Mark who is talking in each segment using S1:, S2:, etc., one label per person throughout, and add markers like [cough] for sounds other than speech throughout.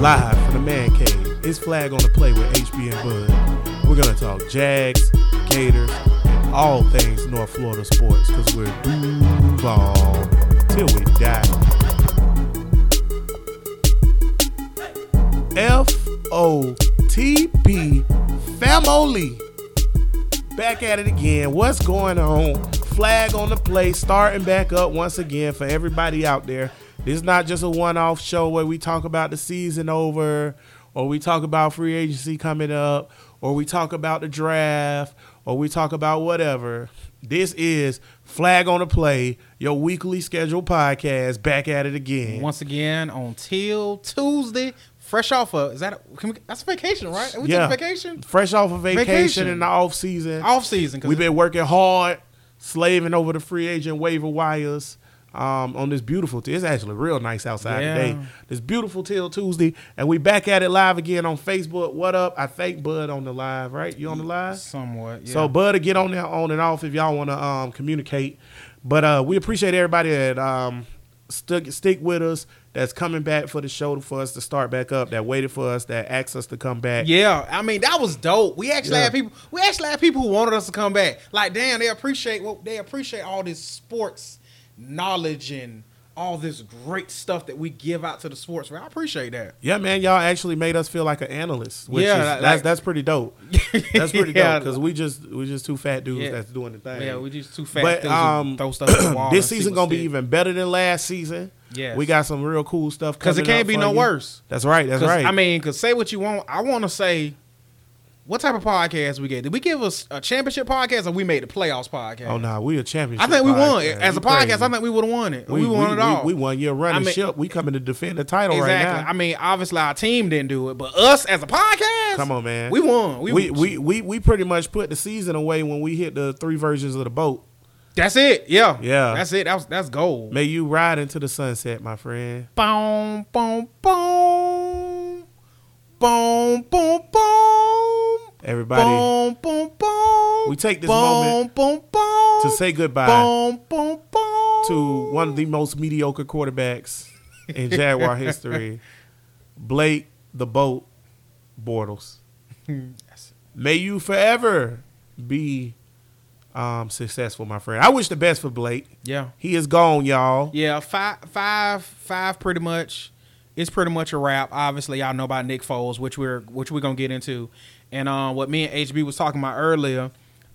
S1: Live from the man cave, it's Flag on the Play with HB and Bud. We're going to talk Jags, Gators, and all things North Florida sports because we're Duval till we die. F O T P family. Back at it again. What's going on? Flag on the play, starting back up once again for everybody out there. This is not just a one off show where we talk about the season over, or we talk about free agency coming up, or we talk about the draft, or we talk about whatever. This is Flag on the Play, your weekly scheduled podcast. Back at it again.
S2: once again on till Tuesday, fresh off of is that can we, that's vacation, right? We
S1: Yeah.
S2: took vacation
S1: Fresh off of vacation,
S2: Vacation.
S1: in the off season.
S2: off season.
S1: We've been working hard, slaving over the free agent waiver wires um, on this beautiful. T- it's actually real nice outside
S2: Yeah.
S1: today. This beautiful till Tuesday, and we back at it live again on Facebook. What up? I thank Bud on the live. Right, you on the live?
S2: somewhat. Yeah.
S1: So Bud to get on there on and off if y'all want to um, communicate. But uh, we appreciate everybody that um, stuck stick with us. That's coming back for the show for us to start back up. That waited for us. That asked us to come back.
S2: yeah, I mean that was dope. We actually
S1: Yeah.
S2: had people. We actually had people who wanted us to come back. Like, damn, they appreciate what they appreciate all this sports knowledge and all this great stuff that we give out to the sports. Man, I appreciate that.
S1: Yeah, man, y'all actually made us feel like an analyst, which
S2: Yeah,
S1: is,
S2: like-
S1: that's that's pretty
S2: [laughs]
S1: dope. That's pretty
S2: Yeah.
S1: dope because we just we just two fat dudes
S2: Yeah.
S1: that's doing the thing.
S2: Yeah, we just too fat.
S1: But
S2: dudes who
S1: um,
S2: throw
S1: [clears throat]
S2: stuff at the wall
S1: this
S2: and see
S1: season
S2: what
S1: gonna be
S2: stick.
S1: even better than last season.
S2: Yes.
S1: we got some real cool stuff
S2: 'Cause it
S1: coming
S2: can't
S1: up
S2: be
S1: for
S2: no
S1: you.
S2: worse.
S1: That's right. That's
S2: 'Cause,
S1: right.
S2: I mean, cause say what you want. I want to say, what type of podcast we get? Did we give us a championship podcast, or we made the playoffs podcast?
S1: oh nah, we a champion.
S2: I think we won as a podcast. I think we would have won it. We, won it all.
S1: We, we won year running
S2: I mean-
S1: ship. We coming to defend the title
S2: exactly.
S1: right now.
S2: I mean, obviously our team didn't do it, but us as a podcast,
S1: Come on, man.
S2: we won. We,
S1: we we we, we pretty much put the season away when we hit the three versions of the boat.
S2: that's it. Yeah,
S1: Yeah.
S2: that's it. That was, that's gold.
S1: May you ride into the sunset, my friend.
S2: Boom, boom, boom, boom, boom, boom.
S1: Everybody.
S2: Boom, boom, boom.
S1: We take this
S2: boom,
S1: moment
S2: boom, boom,
S1: to say goodbye
S2: boom, boom, boom.
S1: to one of the most mediocre quarterbacks
S2: [laughs]
S1: in Jaguar history, Blake the Boat Bortles. May you forever be um, successful, my friend. I wish the best for Blake.
S2: Yeah.
S1: He is gone, y'all.
S2: Yeah, five, five, five. Pretty much, it's pretty much a wrap. Obviously, y'all know about Nick Foles, which we're which we're gonna get into, and um, what me and HB was talking about earlier.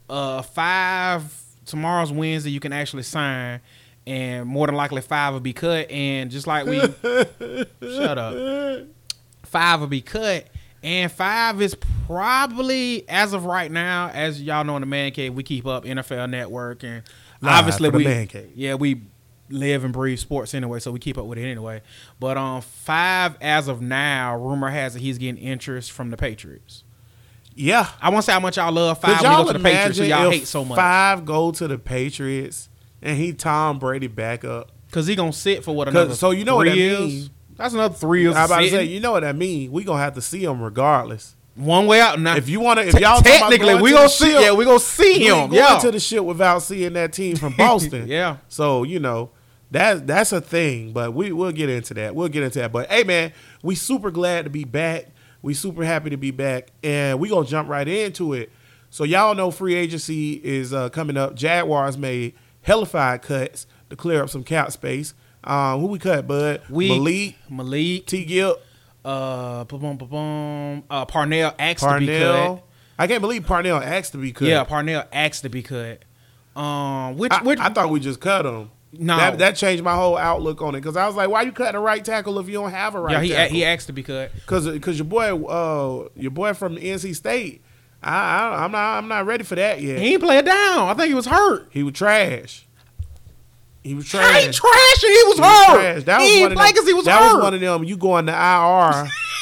S2: Uh, five tomorrow's Wednesday. You can actually sign, and more than likely five will be cut. And just like we, shut up. Five will be cut, and five is probably as of right now, as y'all know in the man cave, we keep up NFL Network and
S1: Live
S2: obviously
S1: for the
S2: we
S1: Man Cave.
S2: yeah, we live and breathe sports anyway, so we keep up with it anyway. But um, five as of now, rumor has it he's getting interest from the Patriots.
S1: Yeah.
S2: I want to say how much y'all love
S1: Could
S2: five. when He
S1: y'all
S2: goes to the Patriots, so
S1: imagine
S2: y'all
S1: if
S2: hate so much
S1: Five go to the Patriots and he Tom Brady back up.
S2: because he gonna sit for what another.
S1: so you know what
S2: three
S1: that
S2: years?
S1: mean.
S2: That's another three years.
S1: I about to
S2: sitting.
S1: say, you know what I mean. We gonna have to see him regardless.
S2: one way out. Now,
S1: If you wanna, if y'all talking about
S2: technically,
S1: going
S2: we
S1: to
S2: gonna
S1: the
S2: see.
S1: ship,
S2: Yeah, we gonna see
S1: We ain't
S2: him.
S1: going
S2: Yeah,
S1: to the shit without seeing that team
S2: [laughs]
S1: from Boston.
S2: Yeah.
S1: So you know that that's a thing, but we we'll get into that. We'll get into that. But hey, man, we super glad to be back. We super happy to be back, and we gonna jump right into it. So y'all know free agency is uh, coming up. Jaguars made hellified cuts to clear up some cap space. Um, who we cut, bud?
S2: we
S1: Malik,
S2: Malik,
S1: T. Gill,
S2: uh, boom, boom, boom, uh, Parnell asked to be cut.
S1: Parnell. I can't believe Parnell asked to be cut.
S2: Yeah, Parnell asked to be cut. Um, which
S1: I,
S2: which
S1: I thought we just cut him.
S2: No.
S1: that, that changed my whole outlook on it because I was like, "Why you cutting a right tackle if you don't have a right?"
S2: yeah he a-
S1: tackle?
S2: he asked to be cut.
S1: because because your boy uh your boy from NC State, I, I I'm not I'm not ready for that yet.
S2: He ain't play it down. I think he was hurt.
S1: He was trash. He was
S2: He
S1: trash.
S2: ain't trash. and He was
S1: He was
S2: hurt.
S1: trash. That was
S2: he
S1: one
S2: ain't
S1: of
S2: play
S1: them,
S2: because he was
S1: that
S2: hurt.
S1: was one of them. You going to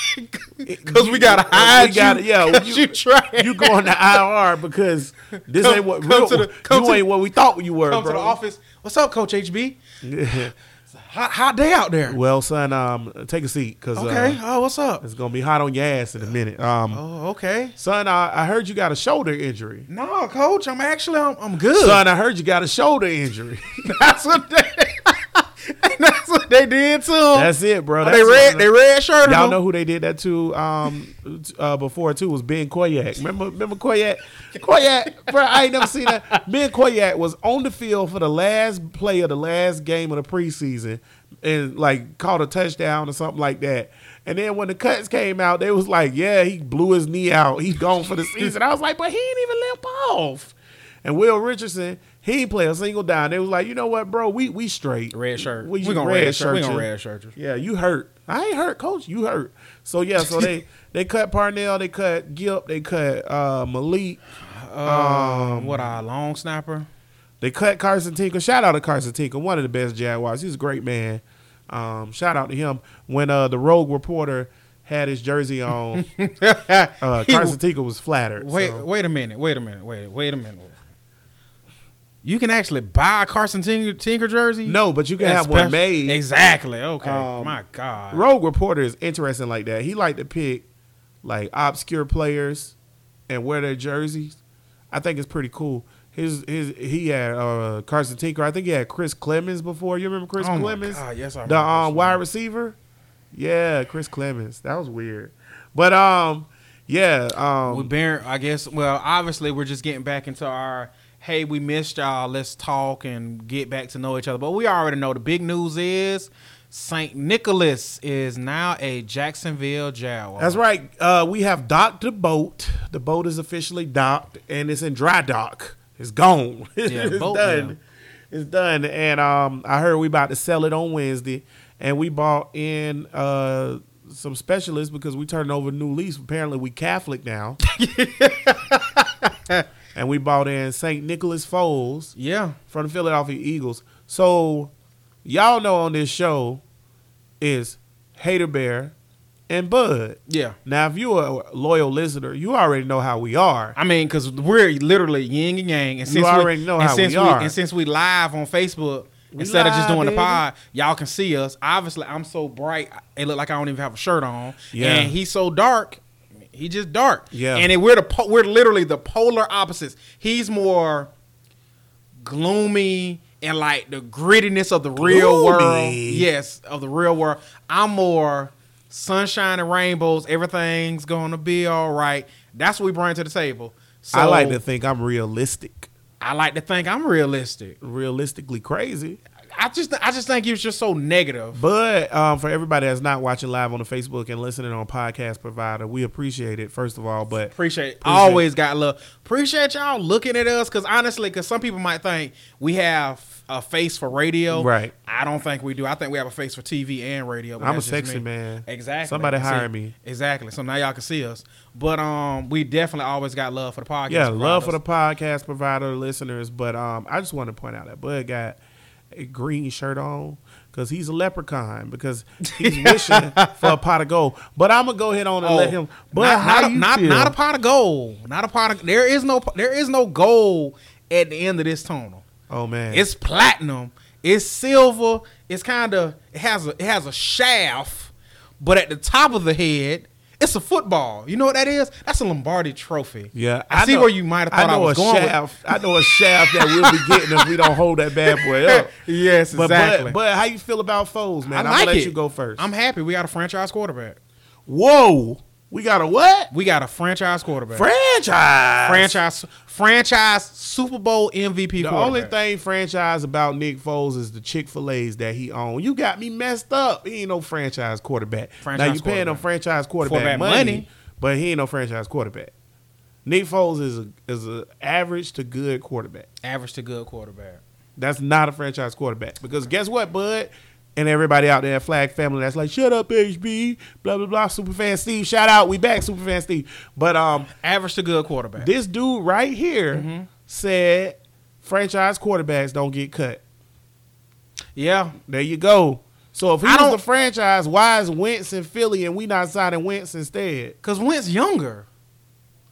S1: IR
S2: Because we gotta hide
S1: We gotta-
S2: you.
S1: yeah,
S2: because
S1: you-
S2: you, trash. [laughs]
S1: You going to IR because this
S2: Come-
S1: ain't what
S2: come
S1: real,
S2: to the- come
S1: you
S2: to-
S1: ain't what we thought you were,
S2: come
S1: bro.
S2: to the office. What's up, Coach HB? It's a hot, hot day out
S1: [laughs]
S2: there.
S1: Well, son, um, take a seat because
S2: okay. oh, what's up?
S1: it's gonna be hot on your ass in a minute. Um,
S2: Oh, okay.
S1: son, I, I heard you got a shoulder injury.
S2: No, Coach. I'm actually I'm, I'm good. [laughs]
S1: Son, I heard you got a shoulder injury.
S2: That's what. That's what they did too.
S1: That's it, bro. That's
S2: they
S1: what
S2: red.
S1: I'm-
S2: They red shirt.
S1: Y'all
S2: him.
S1: know who they did that to um, uh, before too was Ben Koyak. Remember, remember Koyak? Koyak, bro, I ain't never seen that. Ben Koyak was on the field for the last play of the last game of the preseason and like caught a touchdown or something like that. And then when the cuts came out, they was like, "Yeah, he blew his knee out. He gone for the season." I was like, "But he ain't even limp off." And Will Richardson, he ain't play a single down. They was like, "You know what, bro? We we straight
S2: red shirt.
S1: We,
S2: We,
S1: we
S2: gonna
S1: red,
S2: red, shirt. We
S1: shirt
S2: gonna
S1: you.
S2: red shirt. you.
S1: Yeah, you hurt. I ain't hurt, coach. You hurt. So yeah, so
S2: [laughs]
S1: they they cut Parnell, they cut Gilp, they cut uh, Malik,
S2: Um, what a long [laughs] snapper.
S1: they cut Carson Tinker. Shout out to Carson Tinker, one of the best Jaguars. He's a great man. Um, shout out to him. When uh, the Rogue reporter had his jersey
S2: [laughs]
S1: on, [laughs] uh,
S2: He-
S1: Carson Tinker was flattered.
S2: Wait,
S1: so.
S2: wait a minute. Wait a minute. Wait, wait a minute. You can actually buy a Carson Tinker, Tinker jersey.
S1: No, but you can
S2: That's
S1: have one
S2: special-
S1: made.
S2: Exactly. Okay.
S1: Um,
S2: My God.
S1: Rogue Reporter is interesting like that. He like to pick like obscure players and wear their jerseys. I think it's pretty cool. His his he had uh, Carson Tinker. I think he had Chris Clemens before. You remember Chris
S2: Oh my
S1: Clemens?
S2: God, yes, I
S1: the
S2: remember
S1: um,
S2: this
S1: wide
S2: one.
S1: receiver. Yeah, Chris Clemens. That was weird, but um, yeah,
S2: we
S1: um,
S2: bear, I guess. Well, obviously, we're just getting back into our. Hey, we missed y'all. Let's talk and get back to know each other. But we already know the big news is Saint Nicholas is now a Jacksonville Jaguar.
S1: that's right. Uh, we have docked the boat. The boat is officially docked, and it's in dry dock. It's gone. [laughs] it's
S2: boat
S1: done.
S2: now.
S1: It's done. And um, I heard we about to sell it on Wednesday, and we bought in uh, some specialists because we turned over a new lease. Apparently, we Catholic
S2: [laughs]
S1: now, [laughs] and we bought in Saint Nicholas Foles
S2: Yeah.
S1: from the Philadelphia Eagles. So, y'all know on this show is Hater Bear and Bud.
S2: Yeah.
S1: Now, if you're a loyal listener, you already know how we are.
S2: I mean, because we're literally yin and yang, and since
S1: already
S2: we,
S1: know
S2: and
S1: how we
S2: since
S1: are.
S2: and since we live on Facebook instead of just
S1: live,
S2: doing
S1: baby.
S2: the pod, y'all can see us. Obviously, I'm so bright, it look like I don't even have a shirt on,
S1: Yeah.
S2: and he's so dark, he just dark.
S1: Yeah.
S2: and it, we're the po- we're literally the polar opposites. He's more gloomy and like the grittiness of the real world.
S1: Gloomy?
S2: Yes, of the real world. I'm more sunshine and rainbows. Everything's gonna be all right. That's what we bring to the table. So
S1: I like to think I'm realistic,
S2: I like to think I'm realistic.
S1: realistically crazy.
S2: I just I just think he was just so negative.
S1: But um, for everybody that's not watching live on the Facebook and listening on podcast provider, we appreciate it first of all. But
S2: Appreciate,
S1: Appreciate-
S2: always got love. Appreciate y'all looking at us because honestly, because some people might think we have a face for radio.
S1: Right.
S2: I don't think we do. I think we have a face for TV and radio. but
S1: I'm a
S2: that's just
S1: sexy
S2: me.
S1: man.
S2: Exactly.
S1: Somebody
S2: See?
S1: hire me.
S2: Exactly. So now y'all can see us. But um, we definitely always got love for the podcast.
S1: yeah, love for the
S2: providers.
S1: podcast provider listeners. But um, I just want to point out that Bud got a green shirt on because he's a leprechaun because he's
S2: [laughs]
S1: wishing for a pot of gold. But I'm gonna go ahead on and
S2: Oh,
S1: let him. But
S2: not,
S1: how do
S2: not, a-
S1: you
S2: not,
S1: feel?
S2: not a pot of gold. Not a pot of. There is no. There is no gold at the end of this tunnel.
S1: oh man,
S2: It's platinum. It's silver. It's kind of it has a it has a shaft, but at the top of the head, it's a football. You know what that is? That's a Lombardi trophy.
S1: Yeah,
S2: I, see
S1: know-
S2: where you might have thought I,
S1: know
S2: was
S1: a
S2: going. with-
S1: shaft. I know a shaft that we'll be getting if we don't hold that bad boy up.
S2: [laughs] [laughs] Yes,
S1: But,
S2: exactly.
S1: but but how you feel about foes, man?
S2: I
S1: am
S2: like
S1: gonna let
S2: it.
S1: you go first.
S2: I'm happy we got a franchise quarterback.
S1: Whoa, we got a what?
S2: We got a franchise quarterback.
S1: Franchise.
S2: franchise franchise Super Bowl MVP.
S1: The only thing franchise about Nick Foles is the Chick Fil A's that he owned. You got me messed up. He ain't no franchise quarterback. now
S2: Franchise
S1: you paying him
S2: quarterback.
S1: franchise quarterback
S2: Quarterback
S1: money,
S2: money.
S1: but he ain't no franchise quarterback. Nick Foles is a, is a average to good quarterback.
S2: average to good quarterback.
S1: That's not a franchise quarterback. Because guess what, bud? And everybody out there, Flag Family, that's like, shut up, HB, blah, blah, blah. Superfan Steve, shout out. We back, Superfan Steve. But [laughs] um,
S2: Average to good quarterback.
S1: this dude right here said franchise quarterbacks don't get cut.
S2: yeah,
S1: There you go. So if he
S2: I
S1: was
S2: don't-
S1: the franchise, why is Wentz in Philly and we not signing Wentz instead?
S2: because Wentz younger.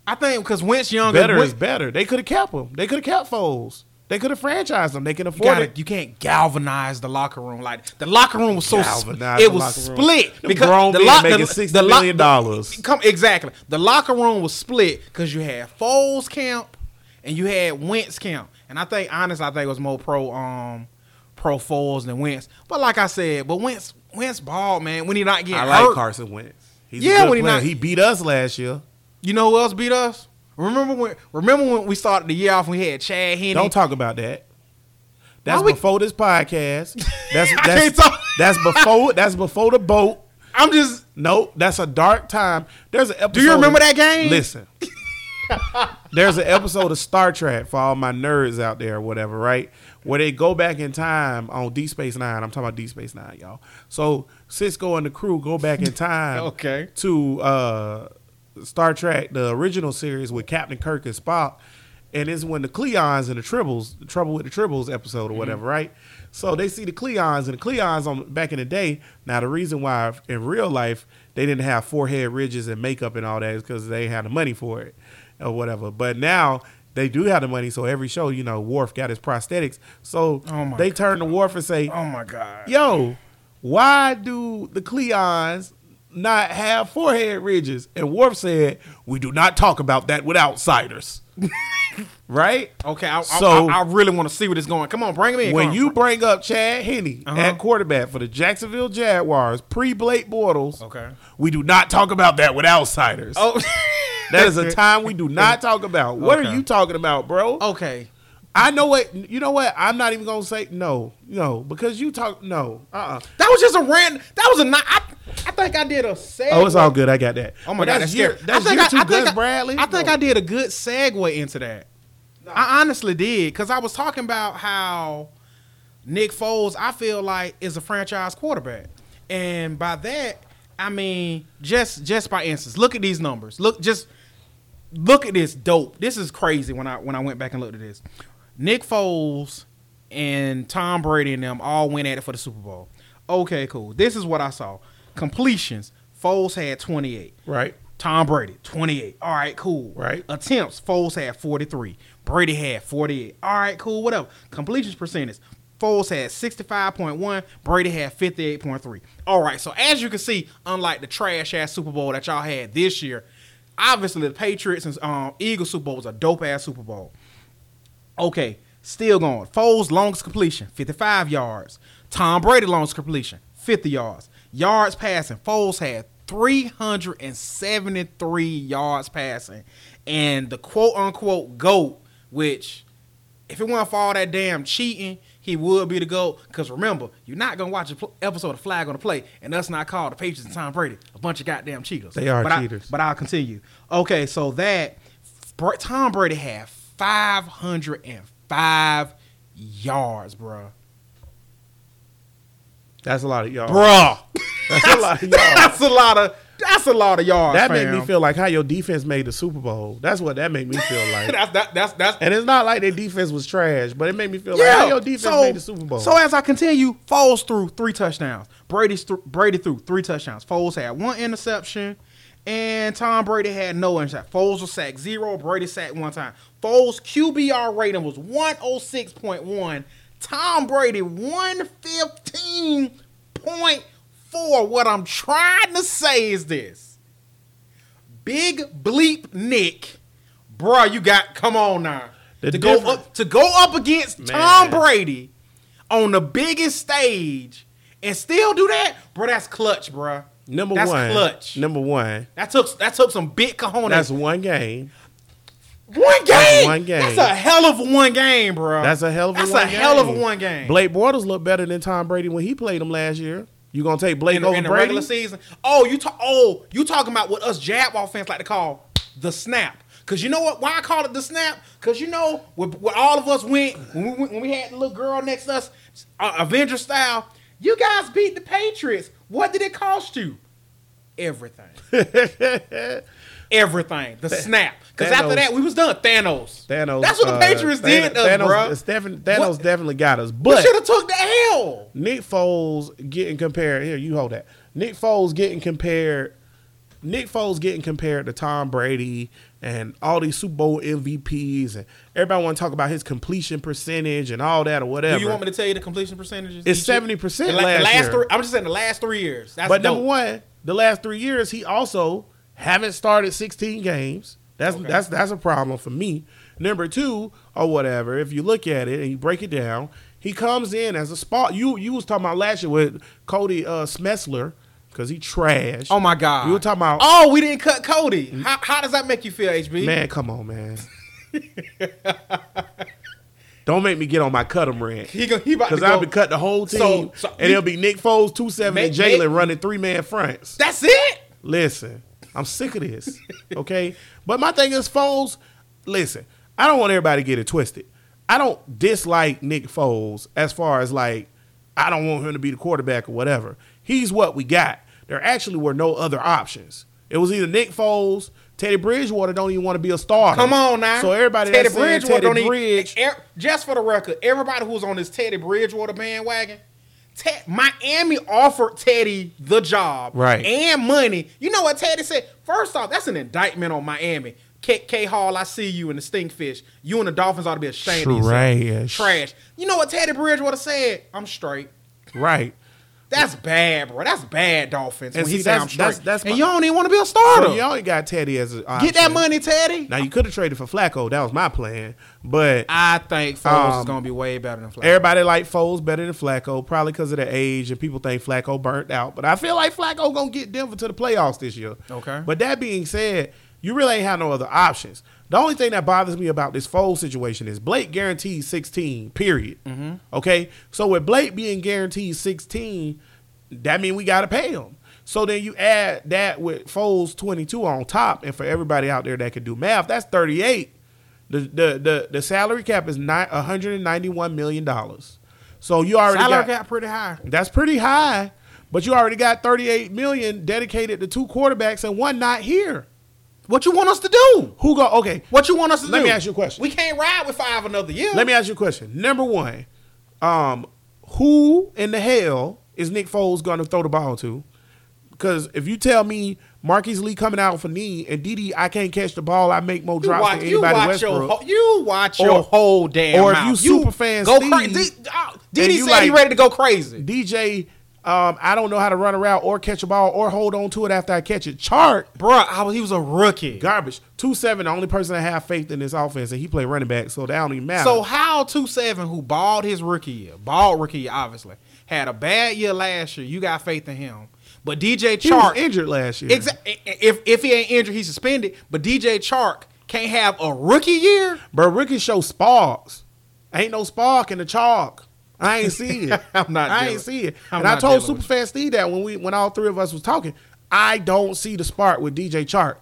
S2: I think because Wentz younger.
S1: Better
S2: Wentz-
S1: is better. They could have kept him. They could have kept Foles. They could have franchised him. They can
S2: You,
S1: afford
S2: gotta,
S1: it.
S2: you can't galvanize the locker room like the locker room was so sp-
S1: Galvanize
S2: it
S1: the locker
S2: was
S1: room.
S2: split
S1: Them
S2: because
S1: grown
S2: the
S1: men
S2: lock-
S1: making
S2: the-
S1: $60
S2: the
S1: million dollars.
S2: Come exactly. The locker room was split because you had Foles camp and you had Wentz camp, and I think honestly, I think it was more pro um pro Foles than Wentz. But like I said, but Wentz Wentz ball man when he not getting
S1: I like
S2: hurt.
S1: Carson Wentz. He's
S2: Yeah,
S1: a good
S2: when he
S1: player.
S2: not-
S1: he beat us last year.
S2: You know who else beat us? Remember when? Remember when we started the year off? and We had Chad Henne.
S1: Don't talk about that. That's
S2: Why we-
S1: before this podcast. That's
S2: [laughs] I
S1: that's,
S2: can't talk.
S1: that's before that's before the boat.
S2: I'm just.
S1: Nope, that's a dark time. There's an episode.
S2: Do you remember that game?
S1: Listen, there's an episode of Star Trek for all my nerds out there, or whatever, right? Where they go back in time on D Space Nine. I'm talking about D Space Nine, y'all. So Cisco and the crew go back
S2: [laughs]
S1: in time,
S2: Okay.
S1: to uh, Star Trek, the original series with Captain Kirk and Spock, and it's when the Cleons and the Tribbles, the Trouble with the Tribbles episode or
S2: Mm-hmm.
S1: whatever, right? So they see the Cleons and the Cleons on back in the day. Now the reason why in real life they didn't have forehead ridges and makeup and all that is because they had the money for it or whatever. But now they do have the money, so every show, you know, Worf got his prosthetics. So
S2: Oh my
S1: they turn to Worf and say,
S2: Oh my god.
S1: yo, why do the Cleons not have forehead ridges? And Worf said, we do not talk about that with
S2: [laughs]
S1: outsiders. right?
S2: Okay. I, I-
S1: So-
S2: I, I, really want to see where this going. Come on, bring him in.
S1: When
S2: Come
S1: you
S2: on.
S1: bring up Chad Henney
S2: Uh-huh.
S1: at quarterback for the Jacksonville Jaguars, pre Blake Bortles,
S2: Okay.
S1: we do not talk about that with outsiders.
S2: Oh.
S1: [laughs] That is a time we do not talk about. What
S2: Okay. Oh.
S1: are you talking about, bro?
S2: okay.
S1: I know what you know. What I'm not even gonna say no, no, because you talk no. Uh, uh
S2: That was just a random. That was a not. I, I think I did a segue.
S1: Oh, it's all good. I got that.
S2: Oh my
S1: But that's
S2: god, that's
S1: year.
S2: scary.
S1: That's
S2: I think
S1: year
S2: I,
S1: two,
S2: I think
S1: Gus
S2: I-
S1: Bradley.
S2: I think
S1: No.
S2: I did a good segue into that. I honestly did because I was talking about how Nick Foles, I feel like, is a franchise quarterback, and by that I mean just just by instance, look at these numbers. Look, just look at this dope. This is crazy. When I when I went back and looked at this, Nick Foles and Tom Brady and them all went at it for the Super Bowl. Okay, cool. This is what I saw: completions. Foles had twenty eight.
S1: Right.
S2: Tom Brady, 28. All right, cool.
S1: Right.
S2: Attempts, Foles had 43. Brady had 48. All right, cool, whatever. Completions percentage, Foles had 65.1. Brady had 58.3. All right, so as you can see, unlike the trash ass Super Bowl that y'all had this year, obviously the Patriots and um, Eagles Super Bowl was a dope ass Super Bowl. Okay, still going. Foles longest completion, 55 yards. Tom Brady longest completion, 50 yards. Yards passing, Foles had 373 yards passing. And the quote unquote GOAT, which if it weren't for all that damn cheating, he would be the GOAT. Because remember, you're not going to watch an episode of Flag on the Play and us not call the Patriots and Tom Brady a bunch of goddamn cheaters.
S1: They are
S2: But I-
S1: cheaters.
S2: but I'll continue. Okay, so that Br- Tom Brady had 505 yards, bruh.
S1: That's a lot of y'all.
S2: Bruh.
S1: That's a lot of y'all.
S2: [laughs] That's a lot of that's a lot of yards.
S1: That
S2: fam.
S1: made me feel like how your defense made the Super Bowl. That's what that made me feel
S2: [laughs]
S1: like.
S2: that's that, that's that's
S1: And it's not like their defense was trash, but it made me feel like how your defense made the Super Bowl.
S2: So as I continue, Foles threw three touchdowns. Brady's thr- Brady threw three touchdowns. Foles had one interception, and Tom Brady had no interception. Foles was sacked zero. Brady sacked one time. Foles QBR rating was one hundred six point one. Tom Brady one fifteen point four. What I'm trying to say is this. Big bleep Nick, bruh, you got come on now.
S1: The
S2: to go
S1: difference-
S2: up to go up against Tom
S1: Man.
S2: Brady on the biggest stage and still do that, bro. That's clutch, bro.
S1: number
S2: that's
S1: one,
S2: clutch.
S1: number one,
S2: that took that took some big cojones.
S1: that's one game.
S2: one game. That's
S1: one game.
S2: a hell of a one game, bro.
S1: That's a hell of a
S2: That's
S1: one
S2: a hell of a one game.
S1: Blake Bortles looked better than Tom Brady when he played him last year. You gonna take Blake
S2: in, the-
S1: over
S2: in the
S1: Brady?
S2: regular season. Oh, you ta- oh, you talking about what us Jaguar fans like to call the snap. Cause you know what? Why I call it the snap? Cause you know where, where all of us went when we, went- when we had the little girl next to us, uh, Avenger style. You guys beat the Patriots. What did it cost you?
S1: [laughs]
S2: Everything. Everything. The snap. Because after
S1: Thanos-
S2: that, we was done. Thanos.
S1: Thanos.
S2: That's what the
S1: uh,
S2: Patriots did to us,
S1: Thanos, uh,
S2: bro.
S1: Stephen- Thanos
S2: What-
S1: definitely got us, but
S2: We should have took the L.
S1: Nick Foles getting compared here. You hold that. Nick Foles getting compared. Nick Foles getting compared to Tom Brady and all these Super Bowl MVPs and everybody want to talk about his completion percentage and all that or whatever.
S2: Do you want me to tell you the completion percentages?
S1: It's
S2: each year?
S1: 70%
S2: The la- the
S1: last year.
S2: Three, I'm just saying the last three years. That's
S1: but number
S2: dope.
S1: one, the last three years he also haven't started 16 games. That's
S2: Okay.
S1: that's that's a problem for me. Number two or whatever, if you look at it and you break it down, He comes in as a spot. You you was talking about last year with Cody uh, Smessler because he trash.
S2: Oh my God!
S1: You were talking about-
S2: Oh, we didn't cut Cody. How, how does that make you feel, HB?
S1: Mm-hmm. man, come on, man. [laughs] Don't make me get on my cut 'em rant.
S2: He go, he about to
S1: Because I'll
S2: go.
S1: be cut the whole team,
S2: So- so-
S1: and it'll be Nick Foles, two seven, and
S2: Ma- ma-
S1: Jalen running three man fronts.
S2: That's it.
S1: Listen, I'm sick of this. Okay, but my thing is Foles. Listen, I don't want everybody to get it twisted. I don't dislike Nick Foles as far as like I don't want him to be the quarterback or whatever. He's what we got. There actually were no other options. It was either Nick Foles, Teddy Bridgewater don't even want to be a starter.
S2: Come on now.
S1: So everybody
S2: Teddy
S1: that's saying
S2: Bridgewater
S1: Teddy
S2: don't
S1: Bridge,
S2: even. er- Just for the record, everybody who was on this Teddy Bridgewater bandwagon, Ted, Miami offered Teddy the job,
S1: Right.
S2: and money. You know what Teddy said? First off, that's an indictment on Miami. K, K Hall, I see you in the stinkfish. You and the Dolphins ought to be ashamed of yourself.
S1: Trash.
S2: Trash. You know what Teddy Bridgewater said? I'm straight.
S1: right?
S2: That's bad, bro. That's bad, Dolphins.
S1: And
S2: when
S1: see,
S2: he said
S1: that's-
S2: I'm straight,
S1: that's- that's
S2: and
S1: my-
S2: you don't even want to be a
S1: So
S2: starter.
S1: you only got Teddy as an option.
S2: Get that money, Teddy.
S1: Now you could have traded for Flacco. That was my plan, but
S2: I think Foles
S1: Um,
S2: is gonna be way better than Flacco.
S1: Everybody like Foles better than Flacco, probably because of their age, and people think Flacco burnt out. But I feel like Flacco gonna get Denver to the playoffs this year.
S2: Okay.
S1: But that being said, you really ain't have no other options. The only thing that bothers me about this Foles situation is Blake guarantees 16. Period. Okay. So with Blake being guaranteed 16, that mean we gotta pay him. So then you add that with Foles 22 on top, and for everybody out there that can do math, that's 38. The the the, the salary cap is not 191 million dollars. So you already
S2: Salary
S1: got,
S2: got pretty high.
S1: that's pretty high, but you already got 38 million dedicated to two quarterbacks and one not here.
S2: What you want us to do?
S1: Who go? Okay,
S2: What you want us to
S1: Let
S2: do?
S1: me ask you a question.
S2: We can't ride with five another year.
S1: let me ask you a question. Number one, um, who in the hell is Nick Foles going to throw the ball to? Because if you tell me Marquise Lee coming out for knee and Didi, I can't catch the ball. I make more
S2: you
S1: drops
S2: watch,
S1: than
S2: you
S1: anybody
S2: watch
S1: Westbrook.
S2: your whole, you watch
S1: Or-
S2: your whole damn
S1: or if
S2: mouth.
S1: you super fan
S2: go
S1: Steve,
S2: crazy.
S1: and
S2: Diddy
S1: you
S2: said he
S1: like-
S2: ready to go crazy.
S1: DJ, um, I don't know how to run around or catch a ball or hold on to it after I catch it. Chart
S2: Bruh, I was, he was a rookie.
S1: garbage. Two seven, the only person that have faith in this offense, and he play running back, so that don't even matter.
S2: So how two seven who balled his rookie year, balled rookie year, obviously had a bad year last year. You got faith in him, but DJ
S1: he was
S2: Chark
S1: injured last year.
S2: Exactly. If if he ain't injured, he's suspended. But DJ Chark can't have a rookie year.
S1: But Ricky show sparks. Ain't no spark in the chalk. I ain't see it.
S2: [laughs] I'm not
S1: I
S2: dealing-
S1: ain't see it.
S2: I'm
S1: and I
S2: not
S1: told
S2: dealing with
S1: Superfan Steve that when we when all three of us was talking, I don't see the spark with DJ Chark.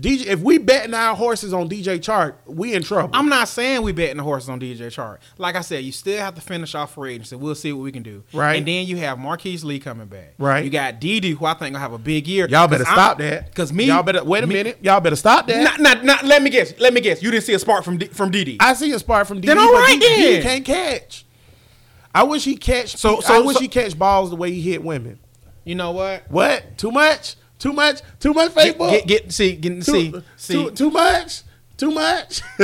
S1: DJ, if we betting our horses on DJ Chark, we in trouble.
S2: I'm not saying we betting the horses on DJ Chark. Like I said, you still have to finish off free agency. We'll see what we can do.
S1: Right.
S2: And then you have Marquise Lee coming back.
S1: Right.
S2: You got DD, who I think will have a big year.
S1: y'all better
S2: 'Cause I'm-
S1: stop that.
S2: Cause me,
S1: y'all better wait a
S2: me-
S1: minute. Y'all better stop that.
S2: Not, not, not, let me guess. Let me guess. You didn't see a spark from D, from DD.
S1: I see a spark from DD,
S2: Then all
S1: but
S2: right
S1: D- D
S2: then.
S1: can't catch. I wish he catch.
S2: So-
S1: So, I
S2: so-
S1: wish
S2: so-
S1: he catch balls the way he hit women.
S2: you know what?
S1: What? Too much? Too much? Too much
S2: Get,
S1: Facebook?
S2: get, get see, get, see,
S1: too,
S2: see.
S1: Too, too much? Too much? [laughs]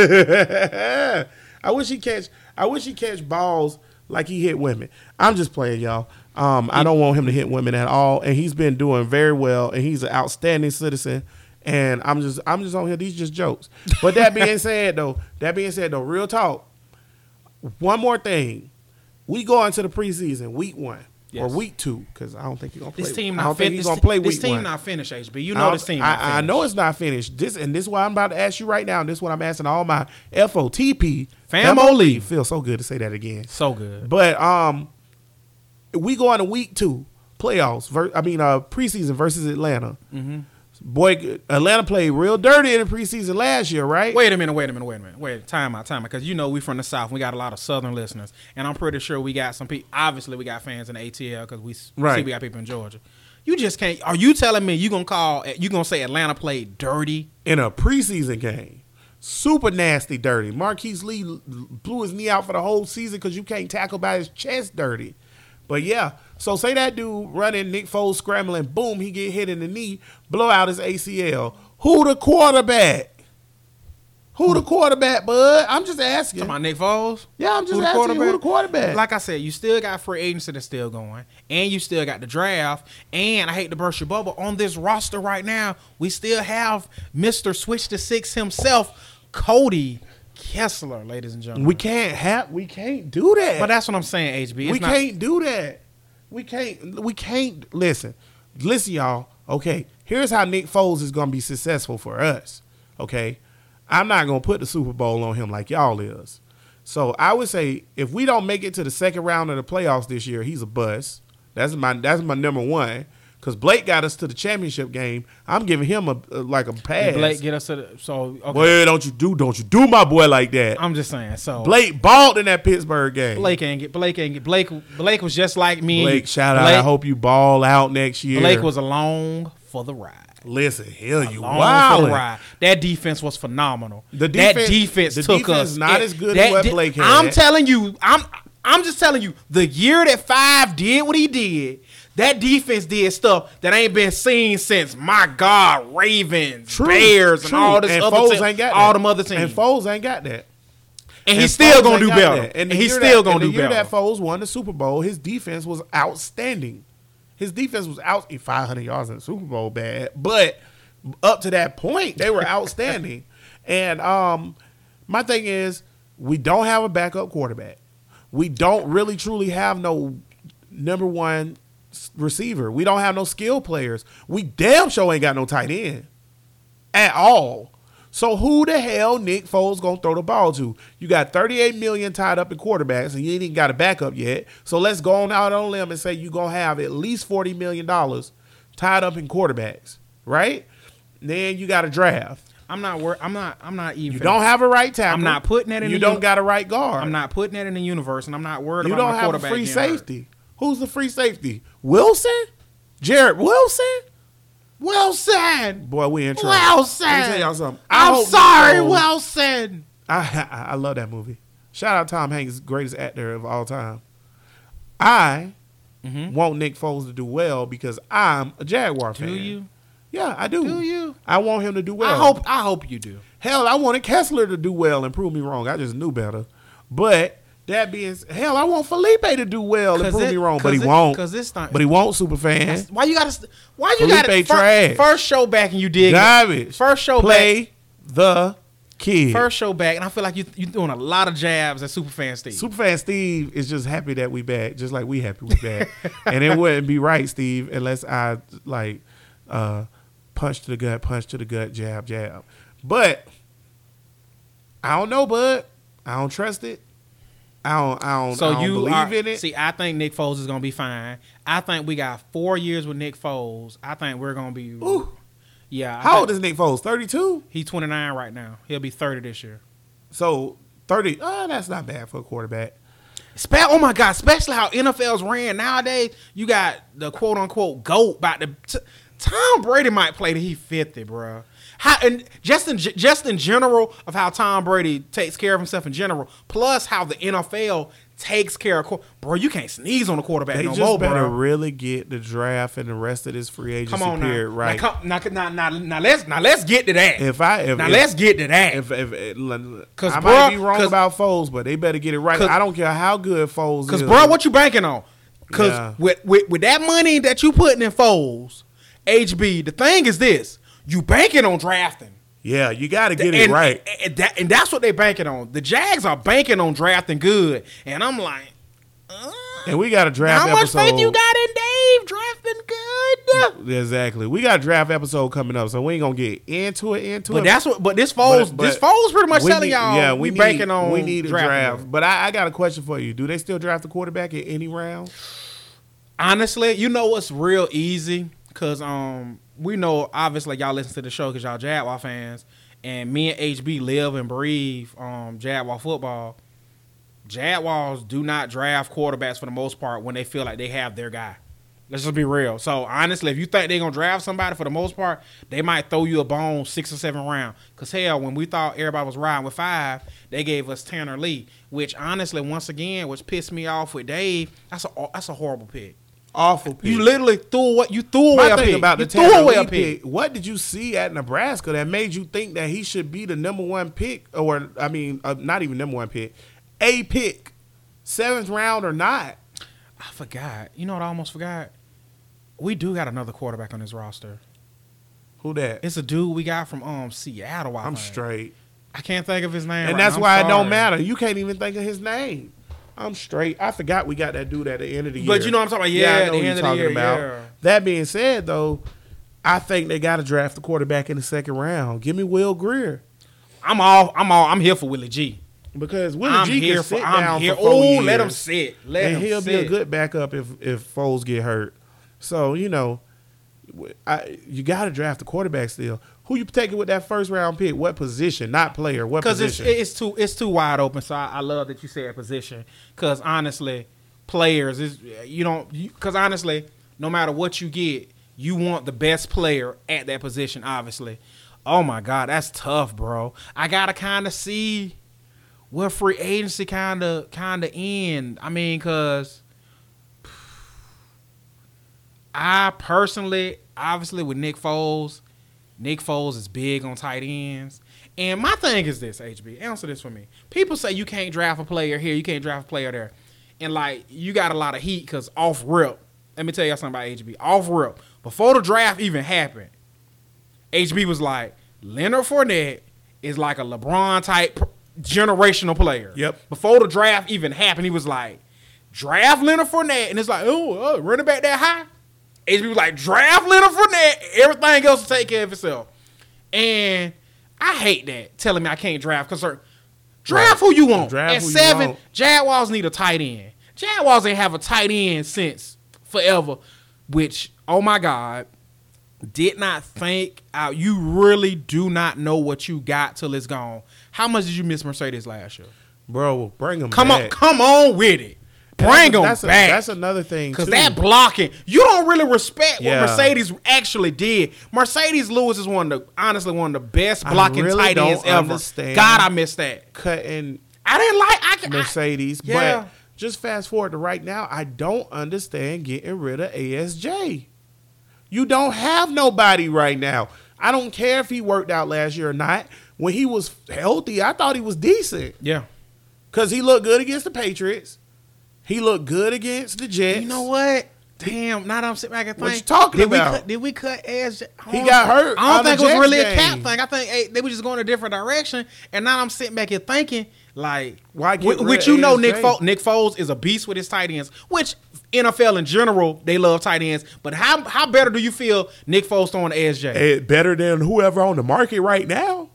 S1: I wish he catch. I wish he catch balls like he hit women. I'm just playing, y'all. Um, I don't want him to hit women at all, and he's been doing very well, and he's an outstanding citizen. And I'm just, I'm just on here. These just jokes. But
S2: [laughs]
S1: that being said, though, that being said, though, real talk. One more thing, we go into the preseason week one
S2: Yes.
S1: or week two because I don't think you're gonna play.
S2: this team
S1: I don't
S2: not
S1: think
S2: finished.
S1: he's
S2: This,
S1: gonna play
S2: this
S1: week
S2: team
S1: one.
S2: not finished. HB, you know
S1: I-
S2: this team. not
S1: I, I
S2: finished.
S1: know it's not finished. This and this is why I'm about to ask you right now. And this is what I'm asking all my FOTP
S2: Fam
S1: family. Feels so good to say that again.
S2: so good.
S1: But um, we go on to week two playoffs. Ver- I mean, uh, preseason versus Atlanta.
S2: Mm-hmm.
S1: Boy, Atlanta played real dirty in the preseason last year, right?
S2: Wait a minute, wait a minute, wait a minute. Wait, time out, time out. Because you know we from the South. We got a lot of Southern listeners. And I'm pretty sure we got some people. Obviously, we got fans in the ATL because we s- see
S1: Right.
S2: we got people in Georgia. You just can't. Are you telling me you going to call, you going to say Atlanta played dirty?
S1: in a preseason game. Super nasty, dirty. Marquise Lee l- blew his knee out for the whole season because you can't tackle by his chest dirty. But yeah, so say that dude running Nick Foles scrambling, boom, he get hit in the knee, blow out his ACL. Who the quarterback? Who the quarterback, bud? I'm just asking.
S2: Come on, Nick Foles?
S1: Yeah, I'm just asking you, who the quarterback?
S2: Like I said, you still got free agency that's still going. And you still got the draft. And I hate to burst your bubble. On this roster right now, we still have Mr. Switch to Six himself, Cody Kessler, ladies and gentlemen.
S1: We can't have. We can't do that.
S2: but that's what I'm saying, HB. It's
S1: we
S2: not-
S1: can't do that. We can't. We can't listen. Listen, y'all. Okay, here's how Nick Foles is gonna be successful for us. Okay, I'm not gonna put the Super Bowl on him like y'all is. So I would say if we don't make it to the second round of the playoffs this year, he's a bust. That's my that's my number one. Cause Blake got us to the championship game. I'm giving him a, a- like a pass.
S2: Did Blake get us to the so okay.
S1: Well, don't you do don't you do my boy like that?
S2: I'm just saying. So
S1: Blake balled in that Pittsburgh game.
S2: Blake ain't get Blake ain't get Blake Blake was just like me. and
S1: Blake,
S2: you.
S1: shout out. I hope you ball out next year.
S2: Blake was along for the ride.
S1: listen, hell you
S2: Along for the
S1: wow.
S2: ride. That defense was phenomenal.
S1: The
S2: that
S1: defense-
S2: defense
S1: the
S2: took
S1: defense
S2: us.
S1: not
S2: it-
S1: as good
S2: that
S1: as what
S2: di-
S1: Blake had.
S2: I'm telling you, I'm I'm just telling you, the year that five did what he did, that defense did stuff that ain't been seen since my God, Ravens,
S1: True,
S2: Bears,
S1: true.
S2: and all this other
S1: Foles
S2: team-
S1: ain't got
S2: all
S1: that.
S2: them other teams.
S1: And Foles ain't got that.
S2: and
S1: And
S2: he's still
S1: Foles
S2: gonna
S1: ain't
S2: do
S1: got
S2: better.
S1: that.
S2: And
S1: the
S2: he's
S1: year
S2: still
S1: that,
S2: gonna
S1: and
S2: do
S1: the year
S2: better.
S1: that Foles won the Super Bowl, his defense was outstanding. His defense was out 500 yards in the Super Bowl, bad. But up to that point, they were
S2: [laughs]
S1: outstanding. and um, my thing is, we don't have a backup quarterback. We don't really truly have no number one s- receiver. We don't have no skill players. We damn sure ain't got no tight end at all. So who the hell Nick Foles gonna throw the ball to? You got 38 million tied up in quarterbacks, and you ain't even got a backup yet. So let's go on out on a limb and say you gonna have at least 40 million dollars tied up in quarterbacks, right? Then you got a draft.
S2: I'm not wor- I'm not I'm not even
S1: You don't have a right tackle.
S2: I'm not putting that in
S1: You
S2: the
S1: don't
S2: uni-
S1: got a right guard.
S2: I'm not putting that in the universe, and I'm not worried
S1: You
S2: about
S1: don't
S2: my
S1: have a
S2: quarterback.
S1: free
S2: getting hurt.
S1: safety. Who's the free safety? Wilson? Jared Wilson?
S2: Wilson,
S1: Boy, we in trouble.
S2: Wilson.
S1: Let me tell y'all something. I
S2: I'm
S1: hope Nick
S2: sorry,
S1: Foles-
S2: Wilson.
S1: I, [laughs] I I love that movie. Shout out Tom Hanks, greatest actor of all time. I
S2: Mm-hmm.
S1: want Nick Foles to do well because I'm a Jaguar fan.
S2: you?
S1: Yeah, I do.
S2: Do you?
S1: I want him to do well.
S2: I hope I hope you do.
S1: Hell, I wanted Kessler to do well and prove me wrong. I just knew better. But that being s- hell, I want Felipe to do well and
S2: 'Cause
S1: prove
S2: it-
S1: me wrong. But he
S2: 'cause it-
S1: won't.
S2: 'cause it's not-
S1: But he won't, super fan.
S2: Why you gotta? Why you
S1: Felipe
S2: gotta? fir-
S1: trash.
S2: First show back and you dig it.
S1: Garbage.
S2: First show
S1: Play the kid.
S2: back. First show back, and I feel like you you doing a lot of jabs at Superfan Steve.
S1: Superfan Steve is just happy that we back, just like we happy we back. and it wouldn't be right, Steve, unless I like uh, punch to the gut, punch to the gut, jab, jab. But I don't know, bud. I don't trust it. I don't. I don't.
S2: so
S1: I don't
S2: you
S1: believe
S2: are,
S1: in it.
S2: See, I think Nick Foles is gonna be fine. I think we got four years with Nick Foles. I think we're gonna be.
S1: Ooh.
S2: Yeah. I
S1: How old
S2: think-
S1: is Nick Foles? Thirty-two.
S2: He's 29 right now. He'll be 30 this year.
S1: So thirty. Oh, that's not bad for a quarterback.
S2: Spe- oh my God, especially how NFL's ran nowadays. You got the quote unquote GOAT about the. T- Tom Brady might play till he 50, bro. How, and just in, just in general of how Tom Brady takes care of himself in general, plus how the NFL takes care of. quar- Bro, you can't sneeze on a quarterback
S1: They
S2: no
S1: just
S2: more,
S1: better
S2: bro.
S1: really get the draft and the rest of this free agency
S2: Come on now.
S1: period right.
S2: Now, come, now, now, now, now let's, now let's get to that.
S1: if I if,
S2: now
S1: if-
S2: let's get to that.
S1: If, if, if- l-
S2: 'Cause
S1: I might
S2: bruh-
S1: be wrong
S2: 'cause-
S1: about Foles, but they better get it right.
S2: 'cause-
S1: I don't care how good Foles
S2: Cause
S1: is.
S2: bro, what you banking on? Cause
S1: Yeah.
S2: with, with with that money that you putting in Foles, HB, the thing is this: you banking on drafting.
S1: yeah, you got to get it
S2: and,
S1: right.
S2: And, that, and that's what they banking on. The Jags are banking on drafting good, and I'm like, uh,
S1: And we got a draft
S2: how much
S1: episode.
S2: faith you got in Dave drafting good?
S1: Exactly. We got a draft episode coming up, so we ain't gonna get into it. Into
S2: But
S1: it.
S2: that's what. But this Foles,
S1: But- but
S2: this Foles, pretty much
S1: we
S2: telling
S1: need-
S2: y'all,
S1: Yeah,
S2: we,
S1: need,
S2: banking on
S1: We need a
S2: drafting
S1: draft.
S2: good.
S1: But I, I got a question for you. Do they still draft the quarterback in any round?
S2: honestly, you know what's real easy? Cause um we know obviously y'all listen to the show because y'all Jaguar fans, and me and HB live and breathe um Jaguar football. Jaguars do not draft quarterbacks for the most part when they feel like they have their guy. Let's just be real. So honestly, if you think they're gonna draft somebody for the most part, they might throw you a bone six or seven round. Cause hell, when we thought everybody was riding with five, they gave us Tanner Lee, which honestly, once again, which pissed me off with Dave. That's a that's a horrible pick.
S1: Awful. Pick.
S2: You literally threw away. You threw away
S1: My
S2: a
S1: thing
S2: pick.
S1: about
S2: you
S1: the Tanner
S2: threw away
S1: Lee
S2: a pick.
S1: pick. What did you see at Nebraska that made you think that he should be the number one pick, or I mean, uh, not even number one pick, a pick, seventh round or not?
S2: I forgot. You know what? I almost forgot. We do got another quarterback on this roster.
S1: Who that?
S2: It's a dude we got from um Seattle. I
S1: I'm
S2: think.
S1: straight.
S2: I can't think of his name.
S1: and
S2: right
S1: that's
S2: now. I'm
S1: why it
S2: sorry.
S1: don't matter. You can't even think of his name. I'm straight. I forgot we got that dude at the end of the year.
S2: But you know what I'm talking about. Yeah, at the end of the year, yeah.
S1: That being said, though, I think they got to draft the quarterback in the second round. Give me Will Greer
S2: I'm all. I'm all. I'm here for Willie G.
S1: because Willie
S2: am
S1: G
S2: here
S1: can
S2: for.
S1: sit
S2: I'm
S1: down
S2: here.
S1: for four
S2: Oh,
S1: years,
S2: let him sit. Let
S1: and
S2: him
S1: he'll
S2: sit.
S1: be a good backup if if Foles get hurt. So you know, w- I, you got to draft the quarterback still. Who you taking with that first round pick? What position? Not player. What
S2: because it's
S1: position?
S2: it's too it's too wide open. So I, I love that you said position because honestly, players is you don't because honestly, no matter what you get, you want the best player at that position. Obviously, oh my god, that's tough, bro. I gotta kind of see where free agency kind of kind of end. I mean, because. I personally, obviously, with Nick Foles, Nick Foles is big on tight ends. And my thing is this, HB, answer this for me. People say you can't draft a player here, you can't draft a player there. And like, you got a lot of heat because off rip, let me tell y'all something about HB. Off rip, before the draft even happened, HB was like, Leonard Fournette is like a LeBron type p- generational player.
S1: Yep.
S2: Before the draft even happened, he was like, draft Leonard Fournette. And it's like, oh, uh, running back that high? HB was like, draft Leonard Fournette. Everything else will take care of itself. And I hate that telling me I can't draft because draft who you want.
S1: Draft
S2: At
S1: who you
S2: seven,
S1: want.
S2: Jaguars need a tight end. Jaguars ain't have a tight end since forever, which, oh my God, did not think out. You really do not know what you got till it's gone. How much did you miss Mercedes last year?
S1: Bro, bring him.
S2: Come on,
S1: back.
S2: come on with it. Bring them
S1: that's a-
S2: back.
S1: that's another thing,
S2: Cause
S1: too.
S2: that blocking, you don't really respect
S1: Yeah.
S2: what Mercedes actually did. Mercedes Lewis is one of the honestly one of the best blocking
S1: really
S2: tight ends
S1: don't
S2: ever.
S1: understand.
S2: God, I missed that.
S1: cutting
S2: I didn't like. I can.
S1: Mercedes.
S2: yeah.
S1: But just fast forward to right now, I don't understand getting rid of ASJ. You don't have nobody right now. I don't care if he worked out last year or not. When he was healthy, I thought he was decent
S2: yeah.
S1: because he looked good against the Patriots. He looked good against the Jets.
S2: You know what? Damn, now that I'm sitting back and
S1: What
S2: thinking.
S1: you talking
S2: did
S1: about?
S2: We cut, did we cut ass? I
S1: He
S2: don't-
S1: got hurt
S2: I
S1: on
S2: don't think
S1: the
S2: it was
S1: Jets
S2: really a
S1: game.
S2: cap thing. I think hey, they were just going a different direction. And now I'm sitting back and thinking, like,
S1: Why get
S2: Which,
S1: rid
S2: which
S1: of
S2: you know, Nick
S1: ASJ?
S2: Foles, Nick Foles is a beast with his tight ends. Which NFL in general, they love tight ends. But how how better do you feel Nick Foles throwing to ASJ?
S1: Eh, better than whoever on the market right now.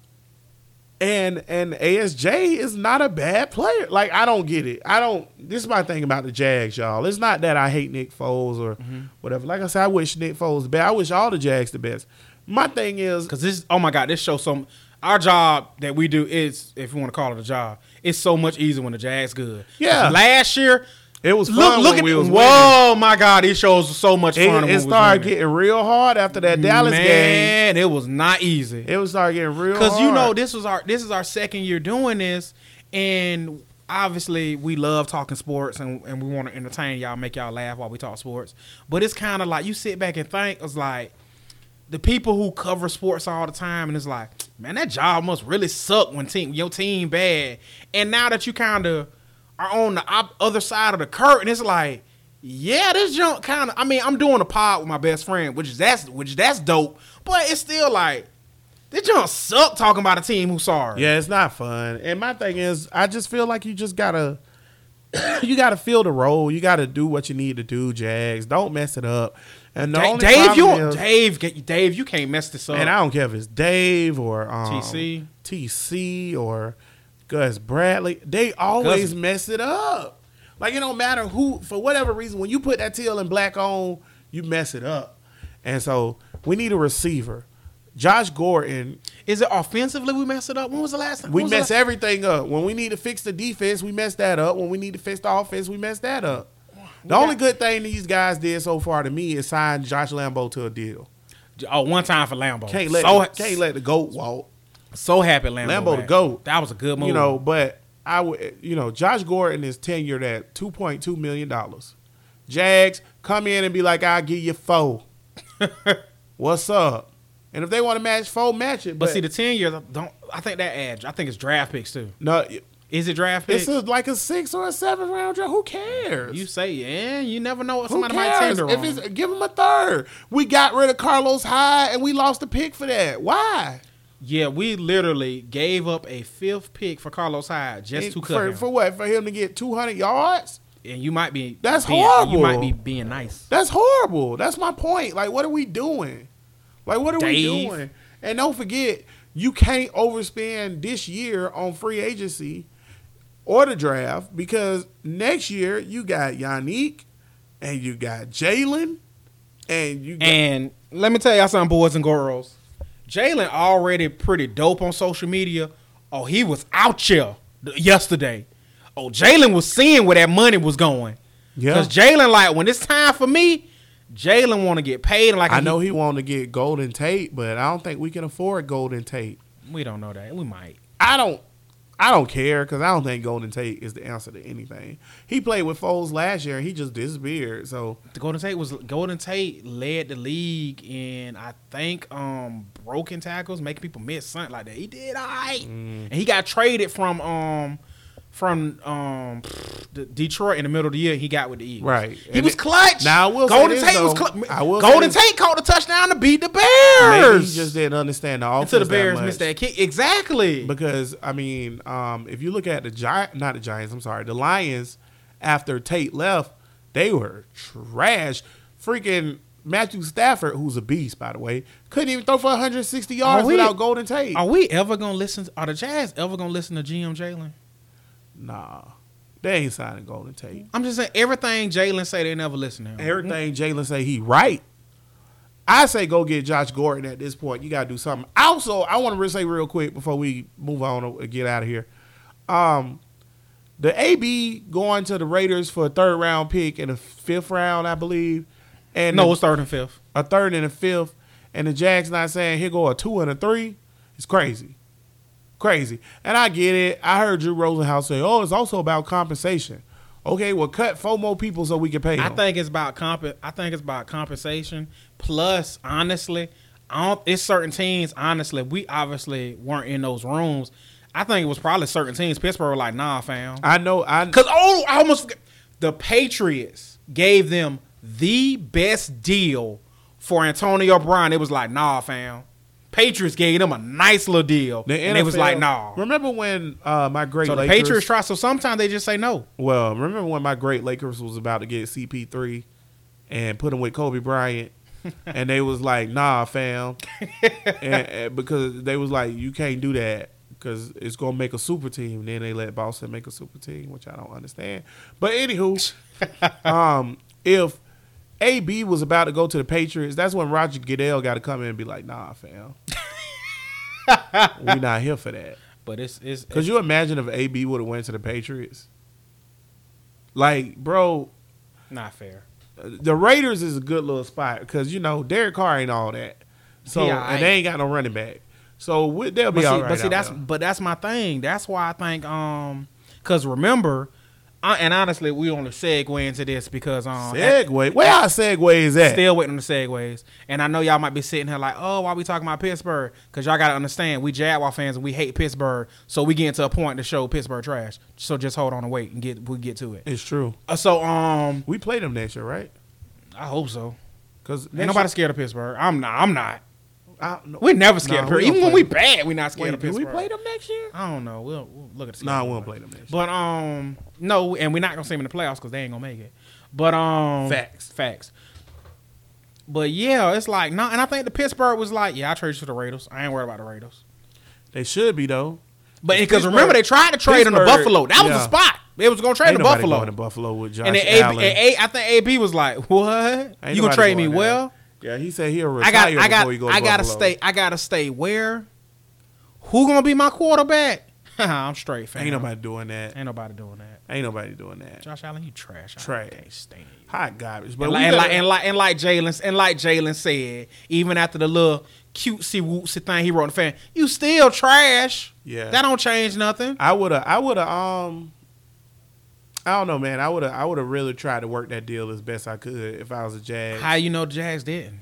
S1: And and ASJ is not a bad player. Like I don't get it. I don't. This is my thing about the Jags, y'all. It's not that I hate Nick Foles or
S2: Mm-hmm.
S1: whatever. Like I said, I wish Nick Foles the best. I wish all the Jags the best. My thing is,
S2: Cause this, oh my God, this shows some. Our job that we do is, if you want to call it a job, it's so much easier when the Jags good. 'Cause
S1: Yeah.
S2: Last year,
S1: It was
S2: look,
S1: fun
S2: look
S1: when
S2: at
S1: we was
S2: whoa, my God, these shows were so much
S1: it,
S2: fun. when
S1: it
S2: we was
S1: started
S2: winning.
S1: getting real hard after that Dallas game.
S2: Man, it was not easy.
S1: It was started getting real
S2: Because you
S1: hard.
S2: know this was our this is our second year doing this, and obviously we love talking sports and, and we want to entertain y'all, make y'all laugh while we talk sports. But it's kind of like you sit back and think it's like the people who cover sports all the time, and it's like, man, that job must really suck when team your team bad. And now that you kind of are on the op- other side of the curtain, it's like, yeah, this junk kind of. I mean, I'm doing a pod with my best friend, which is that's which that's dope, but it's still like. This junk suck talking about a team who's sorry.
S1: Yeah, it's not fun. And my thing is, I just feel like you just gotta, [coughs] you gotta feel the role. You gotta do what you need to do, Jags. Don't mess it up. And the
S2: Da-
S1: only
S2: Dave, you
S1: problem is-
S2: Dave, get- Dave, you can't mess this up.
S1: and I don't care if it's Dave or um,
S2: TC.
S1: TC or Gus Bradley. They always
S2: Gus-
S1: mess it up. Like it don't matter who, for whatever reason, when you put that teal and black on, you mess it up. And so we need a receiver. Josh Gordon
S2: Is it offensively we messed it up? When was the last time?
S1: We
S2: when was the
S1: mess everything up. When we need to fix the defense, we mess that up. When we need to fix the offense, we mess that up. The only good thing these guys did so far to me is sign Josh Lambo to a deal.
S2: la- Oh, one time for Lambo.
S1: Can't let
S2: so,
S1: can't let the goat walk.
S2: so happy Lambo.
S1: Lambo the
S2: back.
S1: GOAT.
S2: That was a good move.
S1: You know, but I would you know, Josh Gordon is tenured at two point two million dollars. Jags, come in and be like, I'll give you
S2: [laughs]
S1: four. What's up? And if they want to match four, match it.
S2: but, see, the ten years I don't. I think that adds. I think it's draft picks too.
S1: no,
S2: Is it draft
S1: it's
S2: picks?
S1: a, like a six or a seven round draft. Who cares?
S2: you say yeah. You never know what
S1: Who
S2: somebody might
S1: cares?
S2: tender
S1: If
S2: on.
S1: it's, give him a third. We got rid of Carlos Hyde and we lost a pick for that. Why?
S2: Yeah, we literally gave up a fifth pick for Carlos Hyde just
S1: And
S2: to cut
S1: for,
S2: him.
S1: for what? For him to get 200 yards?
S2: and you might be
S1: That's
S2: being,
S1: horrible.
S2: You might be being nice.
S1: That's horrible. That's my point. Like, what are we doing? Like, what are we
S2: Dave.
S1: doing? And don't forget, you can't overspend this year on free agency or the draft because next year you got Yannick and you got Jalen and you got,
S2: And let me tell y'all something, boys and girls. Jalen already pretty dope on social media. Oh, he was out here th- yesterday. Oh, Jalen was seeing where that money was going.
S1: Yeah.
S2: Cause Jalen, like, when it's time for me, Jalen want to get paid. and Like,
S1: I know he wanted to get Golden Tate, but I don't think we can afford Golden Tate.
S2: we don't know that. We might.
S1: I don't I don't care because I don't think Golden Tate is the answer to anything. He played with Foles last year and he just disappeared. So
S2: The Golden Tate was Golden Tate led the league in I think um broken tackles, making people miss something like that. He did all right,
S1: Mm.
S2: and he got traded from um from um the Detroit in the middle of the year. He got with the Eagles.
S1: Right.
S2: he
S1: And
S2: was
S1: it-
S2: clutch.
S1: Now, I will say
S2: Golden
S1: this,
S2: Tate was
S1: though.
S2: clutch.
S1: I will say
S2: Golden
S1: this.
S2: Tate caught a touchdown to beat the
S1: maybe he
S2: Bears.
S1: just didn't understand the offense.
S2: to the Bears
S1: that much.
S2: missed that kick exactly.
S1: Because I mean, um, if you look at the giant, not the Giants. I'm sorry, the Lions. After Tate left, they were trash. Freaking Matthew Stafford, who's a beast by the way, couldn't even throw for 160 yards
S2: Are we-
S1: without Golden Tate.
S2: Are we ever gonna listen? Are the Jazz ever gonna listen to GM Jalen?
S1: Nah, they ain't signing Golden Tate.
S2: I'm just saying everything Jalen say they never listen to. Him.
S1: Everything Jalen say he right. I say go get Josh Gordon at this point. You gotta do something. Also, I want to say real quick before we move on and get out of here. Um, the AB going to the Raiders for a third round pick and a fifth round, I believe. And
S2: no,
S1: the-
S2: it's third and fifth.
S1: a third and a fifth, and the Jags not saying here go a two and a three. It's crazy, crazy. And I get it. I heard Drew Rosenhaus say, "Oh, it's also about compensation." Okay, well, cut four more people so we can pay.
S2: I
S1: them.
S2: think it's about comp. I think it's about compensation. Plus, honestly, I don't, it's certain teams. Honestly, we obviously weren't in those rooms. I think it was probably certain teams. Pittsburgh were like, nah, fam.
S1: I know. I
S2: Because oh, I almost forgot. the Patriots gave them the best deal for Antonio Brown. It was like, nah, fam. Patriots gave them a nice little deal,
S1: the
S2: and it was
S1: NFL
S2: like, nah.
S1: Remember when uh, my great
S2: So the
S1: Lakers?
S2: Patriots try. So sometimes they just say no.
S1: well, remember when my great Lakers was about to get CP three, and put him with Kobe Bryant. and they was like, "Nah, fam," and, and because they was like, "You can't do that because it's gonna make a super team." Then they let Boston make a super team, which I don't understand. But anywho, um, if AB was about to go to the Patriots, that's when Roger Goodell got to come in and be like, "Nah, fam, we not here for that."
S2: But it's it's
S1: Could you imagine if AB would have went to the Patriots? Like, bro,
S2: not fair.
S1: the Raiders is a good little spot because you know Derek Carr ain't all that, so
S2: He all right.
S1: and they ain't got no running back, so we, they'll be
S2: But see,
S1: all right.
S2: but see
S1: out
S2: that's
S1: there.
S2: but that's my thing. That's why I think um because remember, I, and honestly, we only segue into this because um at-
S1: segue. Where our segue is at?
S2: still waiting on the segues. And I know y'all might be sitting here like, oh, why we talking about Pittsburgh? Because y'all gotta understand, we Jaguar fans and we hate Pittsburgh, so we get to a point to show Pittsburgh trash. So just hold on and wait and get we get to it.
S1: it's true.
S2: Uh, so um,
S1: We play them next year, right?
S2: I hope so.
S1: Because
S2: Ain't nobody scared of Pittsburgh. I'm not. I'm not.
S1: I, no,
S2: We're never scared of
S1: Nah, we don't
S2: Pittsburgh. Even when
S1: play
S2: we bad, we're not scared
S1: wait,
S2: of
S1: do
S2: Pittsburgh.
S1: we play them next year?
S2: I don't know. We'll, we'll look at the
S1: Nah,
S2: schedule.
S1: we won't play them next year.
S2: But um, no, and we're not gonna see them in the playoffs because they ain't gonna make it. But um,
S1: Facts.
S2: facts. But yeah, it's like no, and I think the Pittsburgh was like, yeah, I traded you to the Raiders. I ain't worried about the Raiders.
S1: They should be though.
S2: But because
S1: Pittsburgh-
S2: remember they tried to trade him to
S1: Pittsburgh-
S2: Buffalo. That was
S1: yeah.
S2: the spot. They was gonna trade
S1: Ain't
S2: to
S1: nobody
S2: Buffalo.
S1: going to Buffalo with Josh
S2: and then
S1: Allen.
S2: AB, and A, I think AB was like, [laughs] what?
S1: Ain't
S2: you gonna
S1: nobody
S2: trade me?
S1: going there.
S2: Well,
S1: yeah, he said he'll retire
S2: I got, I
S1: before he
S2: got,
S1: go to
S2: I gotta
S1: Buffalo.
S2: stay. I gotta stay where? [laughs] Who gonna be my quarterback? [laughs] I'm straight. Fam.
S1: Ain't nobody doing that.
S2: Ain't nobody doing that.
S1: Ain't nobody doing that.
S2: Josh Allen, you trash. I
S1: Trash.
S2: can't stand you.
S1: Hot garbage. But
S2: And
S1: we
S2: like, and
S1: gotta-
S2: like and like and like Jalen and like Jalen said, even after the little cutesy wootsy thing he wrote in the fan, you still trash.
S1: Yeah.
S2: that don't change nothing.
S1: I would have. I would have. Um, I don't know, man. I would have. I would have really tried to work that deal as best I could if I was a Jag.
S2: How you know the Jags didn't?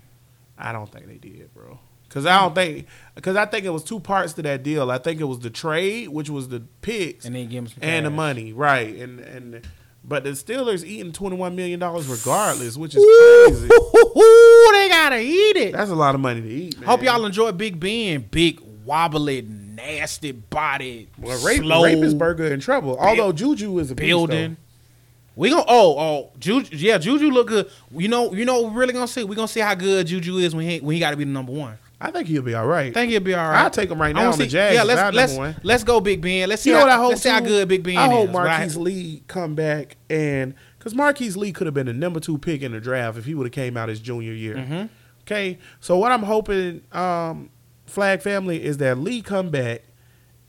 S1: I don't think they did, bro. Cause I don't think. Cause I think it was two parts to that deal. I think it was the trade, which was the picks,
S2: And then give him some
S1: and the
S2: cash.
S1: money, right? And and but the Steelers eating twenty one million dollars regardless, which is crazy.
S2: Ooh, they gotta eat it.
S1: That's a lot of money to eat. Man.
S2: Hope y'all enjoy Big Ben, Big wobbly, nasty body,
S1: Well, rape,
S2: slow
S1: rape is burger in trouble. Although Juju is a beast,
S2: building. We gonna oh oh Juju yeah Juju look good. You know you know what we're really gonna see we gonna see how good Juju is when he when he got to be the number one.
S1: though. I think he'll be all right.
S2: think he'll be all right.
S1: I'll take him right
S2: I
S1: now
S2: wanna
S1: on the
S2: see-
S1: Jags.
S2: Yeah,
S1: He's our
S2: let's
S1: number
S2: let's
S1: one.
S2: let's go Big Ben. Let's see
S1: you know
S2: how,
S1: what I hope?
S2: let's see how
S1: too?
S2: good Big Ben
S1: I hope
S2: is.
S1: Marquise
S2: right?
S1: Lee come back and because Marquise Lee could have been the number two pick in the draft if he would have came out his junior year.
S2: Mm-hmm.
S1: Okay, so what I'm hoping, um, Flag family, is that Lee come back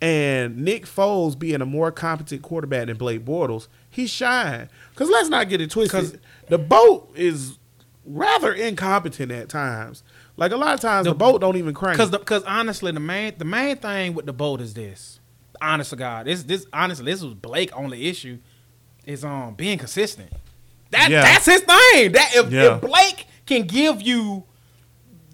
S1: and Nick Foles being a more competent quarterback than Blake Bortles, he shine. Because let's not get it twisted. The boat is rather incompetent at times. Like a lot of times, the, boat don't even crank.
S2: Cause, the, cause honestly, the main the main thing with the boat is this. Honest to God, this this honestly this was Blake only issue is um being consistent. That
S1: Yeah.
S2: that's his thing. That if,
S1: Yeah.
S2: if Blake can give you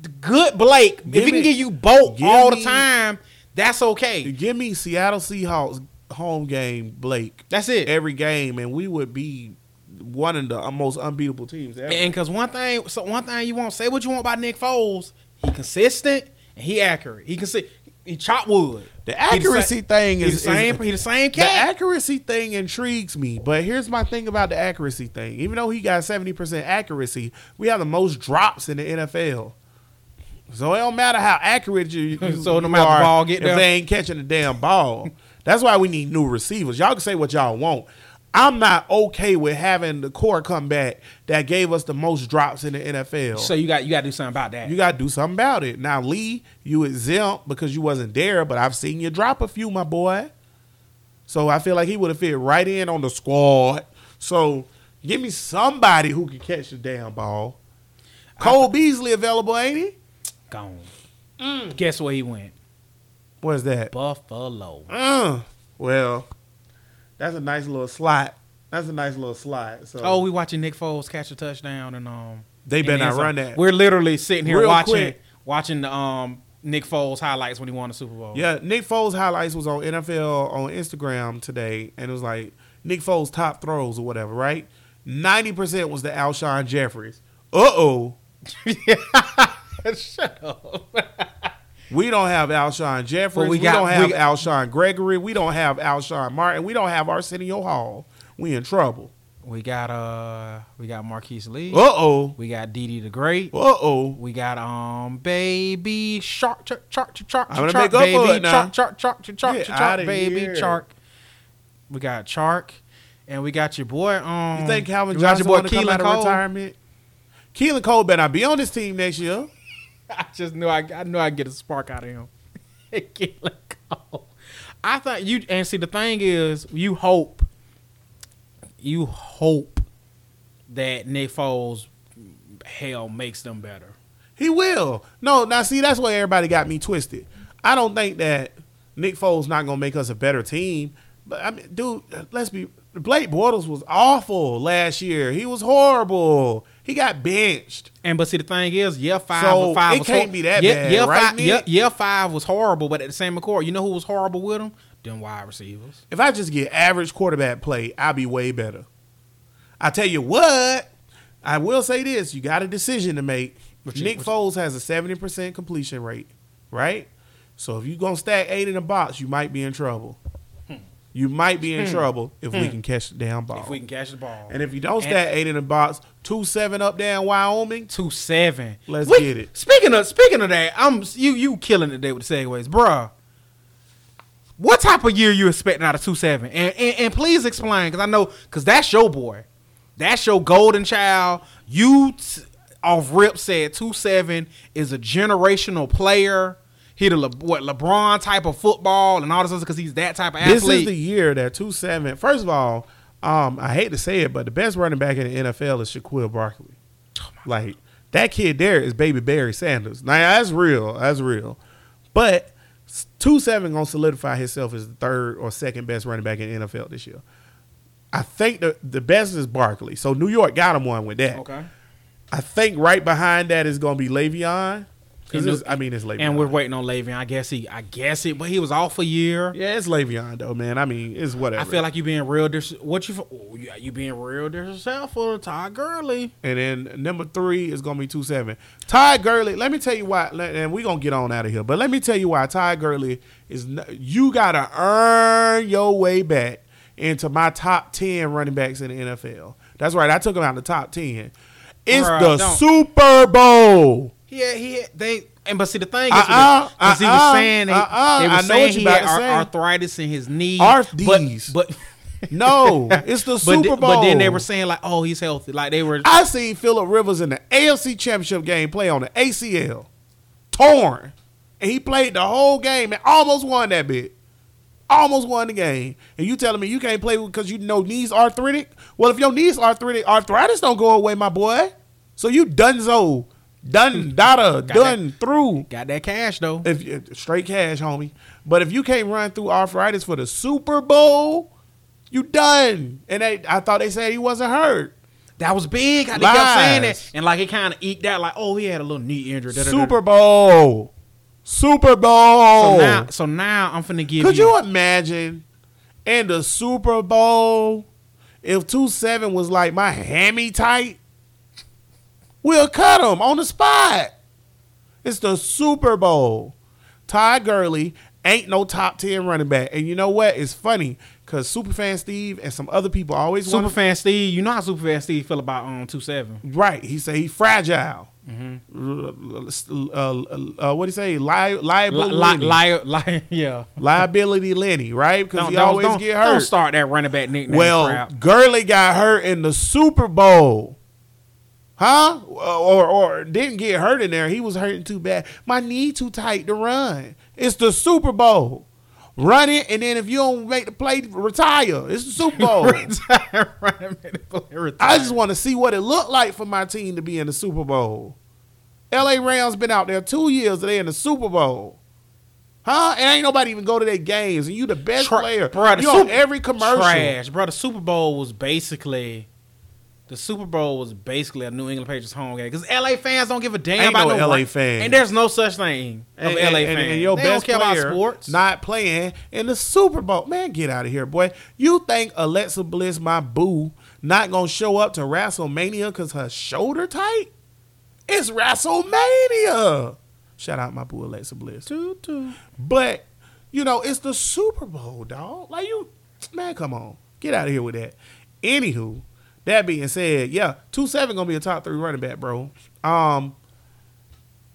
S2: the good Blake, if
S1: Give
S2: he can
S1: me-
S2: give you boat
S1: give
S2: all the
S1: me-
S2: time, that's okay.
S1: Give me Seattle Seahawks home game, Blake.
S2: That's it.
S1: every game, and we would be one of the most unbeatable teams ever.
S2: And because one thing, so one thing you won't say what you want about Nick Foles, he consistent and he accurate. He can see he chop wood.
S1: the
S2: He the
S1: accuracy
S2: sa-
S1: thing
S2: He the
S1: is, is-
S2: same. He the same
S1: the
S2: cat.
S1: accuracy thing intrigues me, but here's my thing about the accuracy thing. Even though he got 70% accuracy, we have the most drops in the NFL. So it don't matter how accurate you,
S2: [laughs]
S1: you
S2: So no
S1: you
S2: matter the
S1: are
S2: ball get
S1: if
S2: there.
S1: they ain't catching the damn ball. That's why we need new receivers. Y'all can say what y'all want. I'm not okay with having the core come back that gave us the most drops in the NFL.
S2: So you got you got to do something about that.
S1: You gotta do something about it. Now, Lee, you exempt because you wasn't there, but I've seen you drop a few, my boy. So I feel like he would have fit right in on the squad. So give me somebody who can catch the damn ball. Cole Beasley available, ain't he?
S2: Gone. Guess where he went?
S1: Where's that?
S2: Buffalo.
S1: Uh, well, that's a nice little slot. That's a nice little slot. So
S2: Oh, we watching Nick Foles catch a touchdown and um.
S1: They
S2: in
S1: better
S2: the
S1: not
S2: end zone.
S1: run that.
S2: We're literally sitting here
S1: Real
S2: watching
S1: quick.
S2: watching the um Nick Foles highlights when he won the Super Bowl.
S1: Yeah, Nick Foles highlights was on NFL on Instagram today, and it was like Nick Foles top throws or whatever, right? Ninety percent was the Alshon Jeffries. Uh oh,
S2: [laughs] Shut up.
S1: we don't have Alshon Jeffries.
S2: Well, we
S1: we,
S2: got-
S1: don't have
S2: we-
S1: Alshon Gregory. We don't have Alshon Martin. We don't have Arsenio Hall. We in
S2: [laughs]
S1: trouble.
S2: We got uh we got Marquise Lee.
S1: Uh oh,
S2: We got Didi the Great.
S1: uh oh.
S2: We got um baby shark shark shark shark shark
S1: I'm gonna
S2: shark
S1: make up
S2: baby
S1: for it now.
S2: shark shark shark shark shark
S1: Get
S2: shark
S1: outta
S2: baby
S1: here.
S2: shark. We got shark, and we got your boy. Um,
S1: You think Calvin
S2: we got
S1: Johnson going to come
S2: Keelan
S1: out of
S2: Cole.
S1: retirement? Keelan Cole better not be on this team next year.
S2: [laughs] I just knew I, I knew I'd get a spark out of him. [laughs] Keelan Cole. I thought you and see the thing is you hope, you hope that Nick Foles hell makes them better.
S1: He will. No, now see, that's where everybody got me twisted. I don't think that Nick Foles not gonna make us a better team. But I mean, dude, let's be Blake Bortles was awful last year. He was horrible. He got benched.
S2: And but see the thing is, year five,
S1: So,
S2: five
S1: it
S2: was
S1: can't be that
S2: year,
S1: bad,
S2: year
S1: right,
S2: five,
S1: Nick?
S2: year, year five was horrible, but at the same accord, you know who was horrible with him? Them wide receivers.
S1: If I just get average quarterback play, I'll be way better. I tell you what, I will say this: you got a decision to make.
S2: What you-
S1: Nick
S2: what you-
S1: Foles has a seventy percent completion rate, right? So if you gonna stack eight in a box, you might be in trouble. You might be in trouble if we can catch the damn ball.
S2: Hmm. If we can catch the ball,
S1: and if you don't
S2: And-
S1: stack eight in a box, two seven up there in Wyoming.
S2: two seven,
S1: Let's get it.
S2: Speaking of speaking of that, I'm you you killing today with the segues, bruh. What type of year you expecting out of two seven? And and, and please explain, because I know because that's your boy, that's your golden child. You t- off rip said two seven is a generational player. He the Le- what LeBron type of football and all this other because he's that type of athlete.
S1: This is the year that two seven. First of all, um, I hate to say it, but the best running back in the NFL is Shaquille Barkley. Like that kid there is baby Barry Sanders. Now that's real. That's real. But two seven gonna solidify himself as the third or second best running back in the NFL this year. I think the the best is Barkley. So New York got him one with that.
S2: okay.
S1: I think right behind that is gonna be Le'Veon. Because
S2: And
S1: it's- I mean, it's Le'Veon.
S2: And we're waiting on Le'Veon. I guess he, I guess it, but he was off a year.
S1: yeah, it's Le'Veon though, man. I mean, it's whatever.
S2: I feel like you being real. Dis- what you? f- oh, yeah, you being real disrespectful to Todd Gurley.
S1: And then number three is gonna be two seven. Ty Gurley. Let me tell you why. let- And we gonna get on out of here. But let me tell you why Ty Gurley is. n you gotta earn your way back into my top ten running backs in the NFL. That's right. I took him out of the top ten. It's
S2: Bruh,
S1: the
S2: don't.
S1: Super Bowl.
S2: He had, he had, they and but see the thing is
S1: Uh-uh,
S2: because he
S1: uh-uh,
S2: was saying they,
S1: uh-uh,
S2: they
S1: I
S2: were
S1: know
S2: saying
S1: what you
S2: he
S1: about
S2: had
S1: to
S2: ar-
S1: say.
S2: arthritis in his knee.
S1: Arthritis.
S2: But but,
S1: No, it's the
S2: [laughs] but,
S1: Super
S2: th-
S1: Bowl.
S2: but then they were saying like, oh, he's healthy. Like they were.
S1: I seen Phillip Rivers in the AFC Championship game play on the ACL, torn, and he played the whole game and almost won that bit, almost won the game. And you telling me you can't play because you know knees arthritic? Well, if your knees arthritic, arthritis don't go away, my boy. So you dunzo, done data, done through.
S2: got that cash though.
S1: If you- straight cash, homie. But if you can't run through arthritis for the Super Bowl, you done. And they, I thought they said he wasn't hurt.
S2: That was big. I they kept saying
S1: Lies.
S2: that, and like it kind of eked out. Like, oh, he had a little knee injury. da, da, da, da.
S1: Super Bowl. Super Bowl.
S2: So now, so now I'm finna give
S1: Could
S2: you.
S1: you imagine in the Super Bowl if 2 7 was like my hammy tight? We'll cut him on the spot. It's the Super Bowl. Ty Gurley ain't no top 10 running back. And you know what? It's funny because Superfan Steve and some other people always want to.
S2: Superfan Steve, you know how Superfan Steve feel about um two seven.
S1: Right. He say he fragile. Mm-hmm. Uh, uh, uh, what do you say? Li-
S2: Li-
S1: liable.
S2: li- [laughs] li- li- yeah.
S1: liability Lenny, right? Because
S2: Don't,
S1: he
S2: don't-
S1: always
S2: don't-
S1: get
S2: Don't
S1: hurt.
S2: start that running back nickname
S1: well, [laughs]
S2: crap.
S1: Gurley got hurt in the Super Bowl, huh? Or, or or didn't get hurt in there. He was hurting too bad. My knee too tight to run. It's the Super Bowl. Run it, and then if you don't make the play, retire. It's the
S2: [laughs]
S1: Super Bowl.
S2: running back play retire.
S1: I just want to see what it looked like for my team to be in the Super Bowl. L.A. Rams been out there two years. They in the Super Bowl, huh? And ain't nobody even go to their games. And you the best
S2: Tra-
S1: player.
S2: bruh, the
S1: you on
S2: Sup-
S1: every commercial.
S2: Trash, bro. The Super Bowl was basically. The Super Bowl was basically a New England Patriots home game because LA fans don't give a damn
S1: Ain't
S2: about
S1: no
S2: no
S1: LA
S2: ra-
S1: fan.
S2: and there's no such thing of
S1: And,
S2: LA
S1: and,
S2: fans.
S1: and, and your
S2: they
S1: best
S2: don't care
S1: player
S2: about sports.
S1: not playing in the Super Bowl. Man, get out of here, boy. You think Alexa Bliss, my boo, not gonna show up to WrestleMania because her shoulder tight? It's WrestleMania. Shout out my boo Alexa Bliss.
S2: Toot, toot.
S1: But you know, it's the Super Bowl, dog. Like you, man, come on, get out of here with that. Anywho, that being said, yeah, two seven gonna be a top three running back, bro. Um,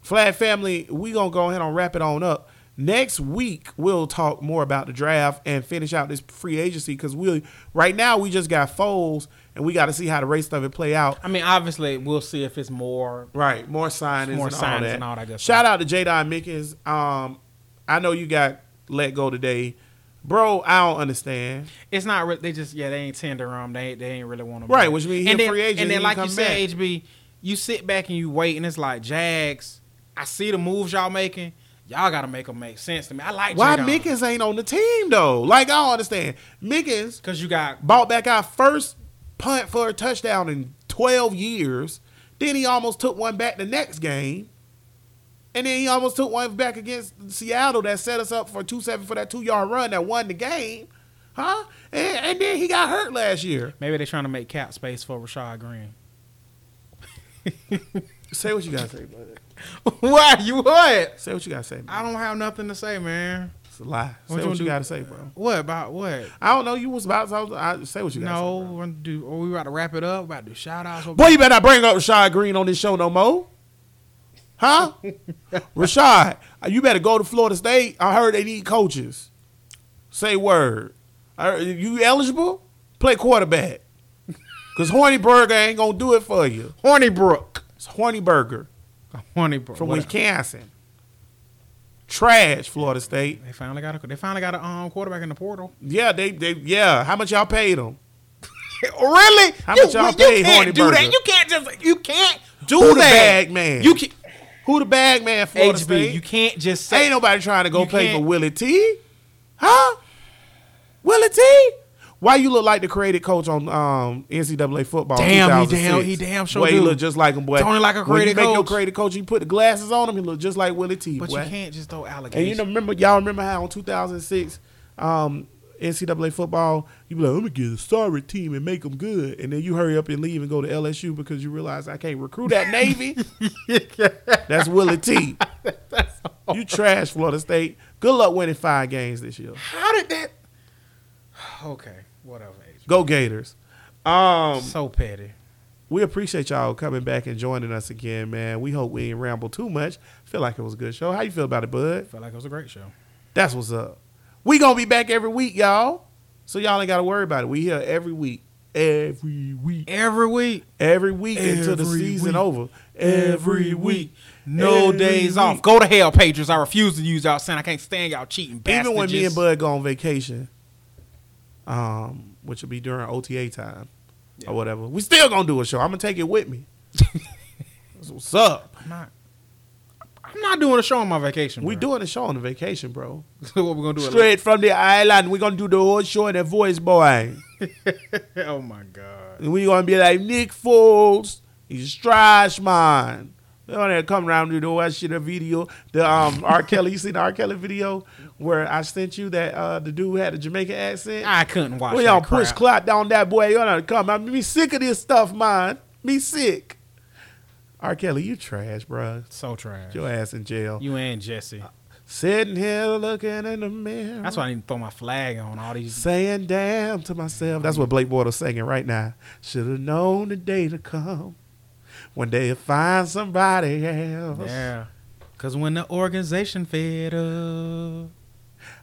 S1: Flat family, we gonna go ahead and wrap it on up. Next week we'll talk more about the draft and finish out this free agency because we right now we just got foals and we got to see how the rest of it play out.
S2: I mean, obviously, we'll see if it's more.
S1: Right, more signings,
S2: More
S1: and, all
S2: signings
S1: that.
S2: and all that good
S1: Shout out to J. Don Mickens. Um, I know you got let go today, bro. I don't understand.
S2: It's not. Re- they just yeah. They ain't tender um. They they ain't really want to.
S1: Right, which mean he
S2: and
S1: a
S2: then,
S1: free agent,
S2: And
S1: he
S2: then
S1: ain't
S2: like you
S1: come
S2: said,
S1: back.
S2: HB, you sit back and you wait, and it's like Jags. I see the moves y'all making. Y'all gotta make them make sense to me. I like
S1: Why
S2: Jadon.
S1: Mickens ain't on the team though? Like I don't understand. Mickens
S2: Cause you got
S1: bought back our first punt for a touchdown in twelve years. Then he almost took one back the next game. And then he almost took one back against Seattle that set us up for two seven for that two yard run that won the game, huh? And, and then he got hurt last year.
S2: maybe they're trying to make cap space for Rashad
S1: [laughs]
S2: Green.
S1: Say what you gotta say, brother.
S2: Why you what?
S1: Say what you gotta say.
S2: I
S1: Man.
S2: don't have nothing to say, man.
S1: It's a lie. Say
S2: What
S1: what
S2: you
S1: you,
S2: do?
S1: gotta say, bro.
S2: What about what?
S1: I don't know. You was about to I was- I, say what you gotta
S2: No,
S1: say. Bro.
S2: we're gonna do. Are we about to wrap it up? About to do shout outs.
S1: Boy, you better not bring up Rashad Green on this show no more. Huh? Rashad, you better go to Florida State. I heard they need coaches. Say word. I heard- you eligible? Play quarterback. Cause Horny Burger ain't gonna do it for you.
S2: Hornybrook.
S1: It's Horny Burger
S2: Hornybrook.
S1: from
S2: whatever.
S1: Wisconsin. Trash Florida State.
S2: They finally got a. They finally got a um, quarterback in the portal.
S1: Yeah, they they yeah. How much y'all paid them?
S2: really?
S1: How much y'all paid Horny
S2: do
S1: Burger?
S2: that. You can't just. You can't do
S1: Who the
S2: that.
S1: bag man?
S2: You can.
S1: Who the bag man? Florida
S2: HB.
S1: State.
S2: You can't just say.
S1: Ain't nobody trying to go
S2: you
S1: play for
S2: can't-
S1: Willie T, huh? Willie T. Why you look like the created coach on um, NCAA football?
S2: Damn, he
S1: 2006?
S2: damn- he damn sure
S1: Boy, he
S2: do.
S1: look just like him, boy.
S2: Tony like a
S1: when you
S2: created
S1: make your
S2: coach.
S1: created coach, you put the glasses on him, he look just like Willie T.
S2: But
S1: boy.
S2: you can't just throw allegations.
S1: And you know, remember y'all remember how in 2006, um, NCAA football, you be like, I'm gonna get a sorry team and make them good, and then you hurry up and leave and go to LSU because you realize I can't recruit that Navy. That's Willie T. you trash Florida State. Good luck winning five games this year.
S2: how did that? [sighs] Okay, whatever. HB.
S1: Go Gators. Um,
S2: so petty.
S1: we appreciate y'all coming back and joining us again, man. We hope we didn't ramble too much. Feel like it was a good show. How you feel about it, bud?
S2: Felt like it was a great show.
S1: That's what's up. We gonna be back every week, y'all. So y'all ain't gotta worry about it. We here every week. Every week.
S2: Every week,
S1: Every week until the
S2: Every
S1: season
S2: week.
S1: over.
S2: every week, no
S1: Every
S2: days
S1: week.
S2: off. Go to hell, Patriots. I refuse to use y'all sin. I can't stand y'all cheating.
S1: Even when me
S2: bastages.
S1: and Bud go on vacation, um, which will be during OTA time or whatever, we still gonna do a show. I'm gonna take it with
S2: [laughs]
S1: me. That's what's up?
S2: I'm not, I'm not doing a show on my vacation.
S1: We
S2: bro.
S1: doing a show on the vacation, bro.
S2: [laughs] what we're gonna do? it
S1: Straight from the island, we gonna do the whole show in a voice, boy.
S2: like- [laughs] oh my god.
S1: And we gonna be like Nick Foles, he's trash man. They gonna come around and do that shit. A video, the um [laughs] R. Kelly. You seen the R. Kelly video where I sent you that uh the dude had a Jamaican accent.
S2: I couldn't watch.
S1: When
S2: Ah, that
S1: y'all push
S2: crap.
S1: clock down that boy, you're not come. I'm be sick of this stuff, man. Me sick. R. Kelly, you trash, bruh.
S2: So trash.
S1: Your ass in jail.
S2: You and Jesse.
S1: Sitting here looking in the mirror.
S2: That's why I need to throw my flag on all these.
S1: Saying damn to myself. That's what Blake Bortles singing right now. Should have known the day to come. One day you'll find somebody else.
S2: Yeah. Cause when the organization fed up,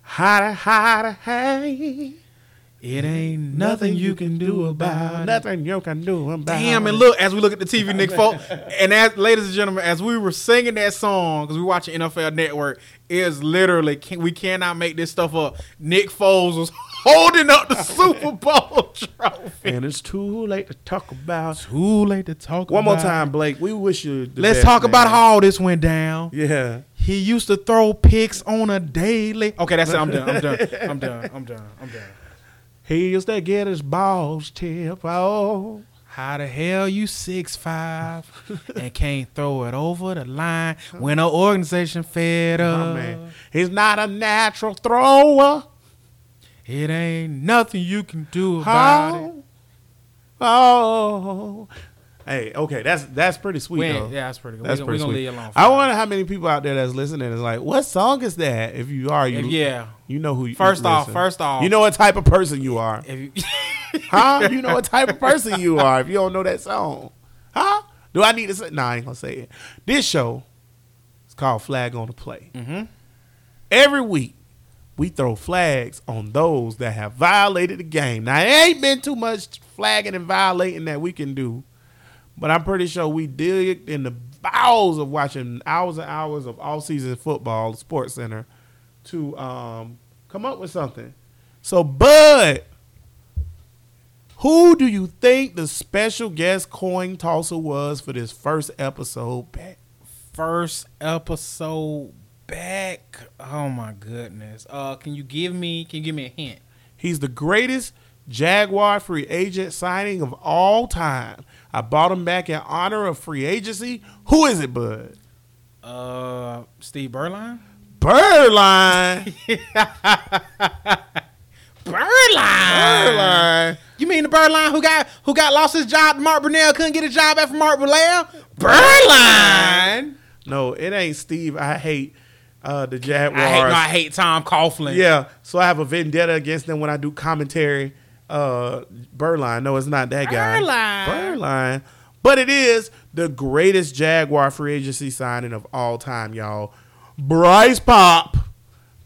S1: Hotter, hotter, hey.
S2: it ain't nothing you can do about it.
S1: Nothing you can do about
S2: Damn,
S1: it.
S2: and look, as we look at the TV, Nick [laughs] Folk, and as, ladies and gentlemen, as we were singing that song, because we watching NFL Network, is literally, can, we cannot make this stuff up. Nick Foles was [laughs] holding up the [laughs] Super Bowl trophy.
S1: And it's too late to talk about.
S2: Too late to talk
S1: One more time, Blake. We wish you. The
S2: Let's
S1: best,
S2: talk about
S1: man.
S2: how all this went down.
S1: Yeah.
S2: He used to throw picks on a daily. Okay, that's it. I'm done. I'm done. I'm done. I'm done. I'm done.
S1: He used to get his balls tipped. Oh.
S2: How the hell you six five and can't throw it over the line when an organization fed
S1: Oh,
S2: up?
S1: man. He's not a natural thrower.
S2: It ain't nothing you can do about it.
S1: How? Oh. Hey, okay, that's that's pretty sweet
S2: We ain't-
S1: though.
S2: yeah, that's pretty good.
S1: That's
S2: we,
S1: pretty
S2: we gonna
S1: sweet.
S2: leave you alone. for
S1: I
S2: that.
S1: wonder how many people out there that's listening is like, what song is that? If you are, you
S2: If- yeah.
S1: you know who. you
S2: First
S1: you
S2: off,
S1: listen.
S2: first off,
S1: you know what type of person you are,
S2: If you, [laughs]
S1: huh? you know what type of person you are if you don't know that song, huh? Do I need to say? Nah, I ain't gonna say it. This show is called Flag on the Play.
S2: Mhm.
S1: Every week, we throw flags on those that have violated the game. Now, it ain't been too much flagging and violating that we can do, but I'm pretty sure we did in the bowels of watching hours and hours of all season football, Sports Center, to um, come up with something. So, Bud, who do you think the special guest coin tosser was for this first episode back?
S2: first episode back. Oh my goodness. Uh, can you give me? Can you give me a hint?
S1: He's the greatest Jaguar free agent signing of all time. I bought him back in honor of free agency. Who is it, Bud?
S2: Uh, Steve Berline. [laughs]
S1: Birdline.
S2: Birdline.
S1: Birdline.
S2: You mean the Birdline who got who got lost his job? to Mark Brunell couldn't get a job after Mark Brunell. Birdline.
S1: No, it ain't Steve. I hate uh, the Jaguars.
S2: I hate, no, I hate Tom Coughlin.
S1: yeah, so I have a vendetta against them when I do commentary. Uh, Birdline. No, it's not that guy.
S2: Birdline.
S1: Birdline. But it is the greatest Jaguar free agency signing of all time, y'all. Bryce Pop.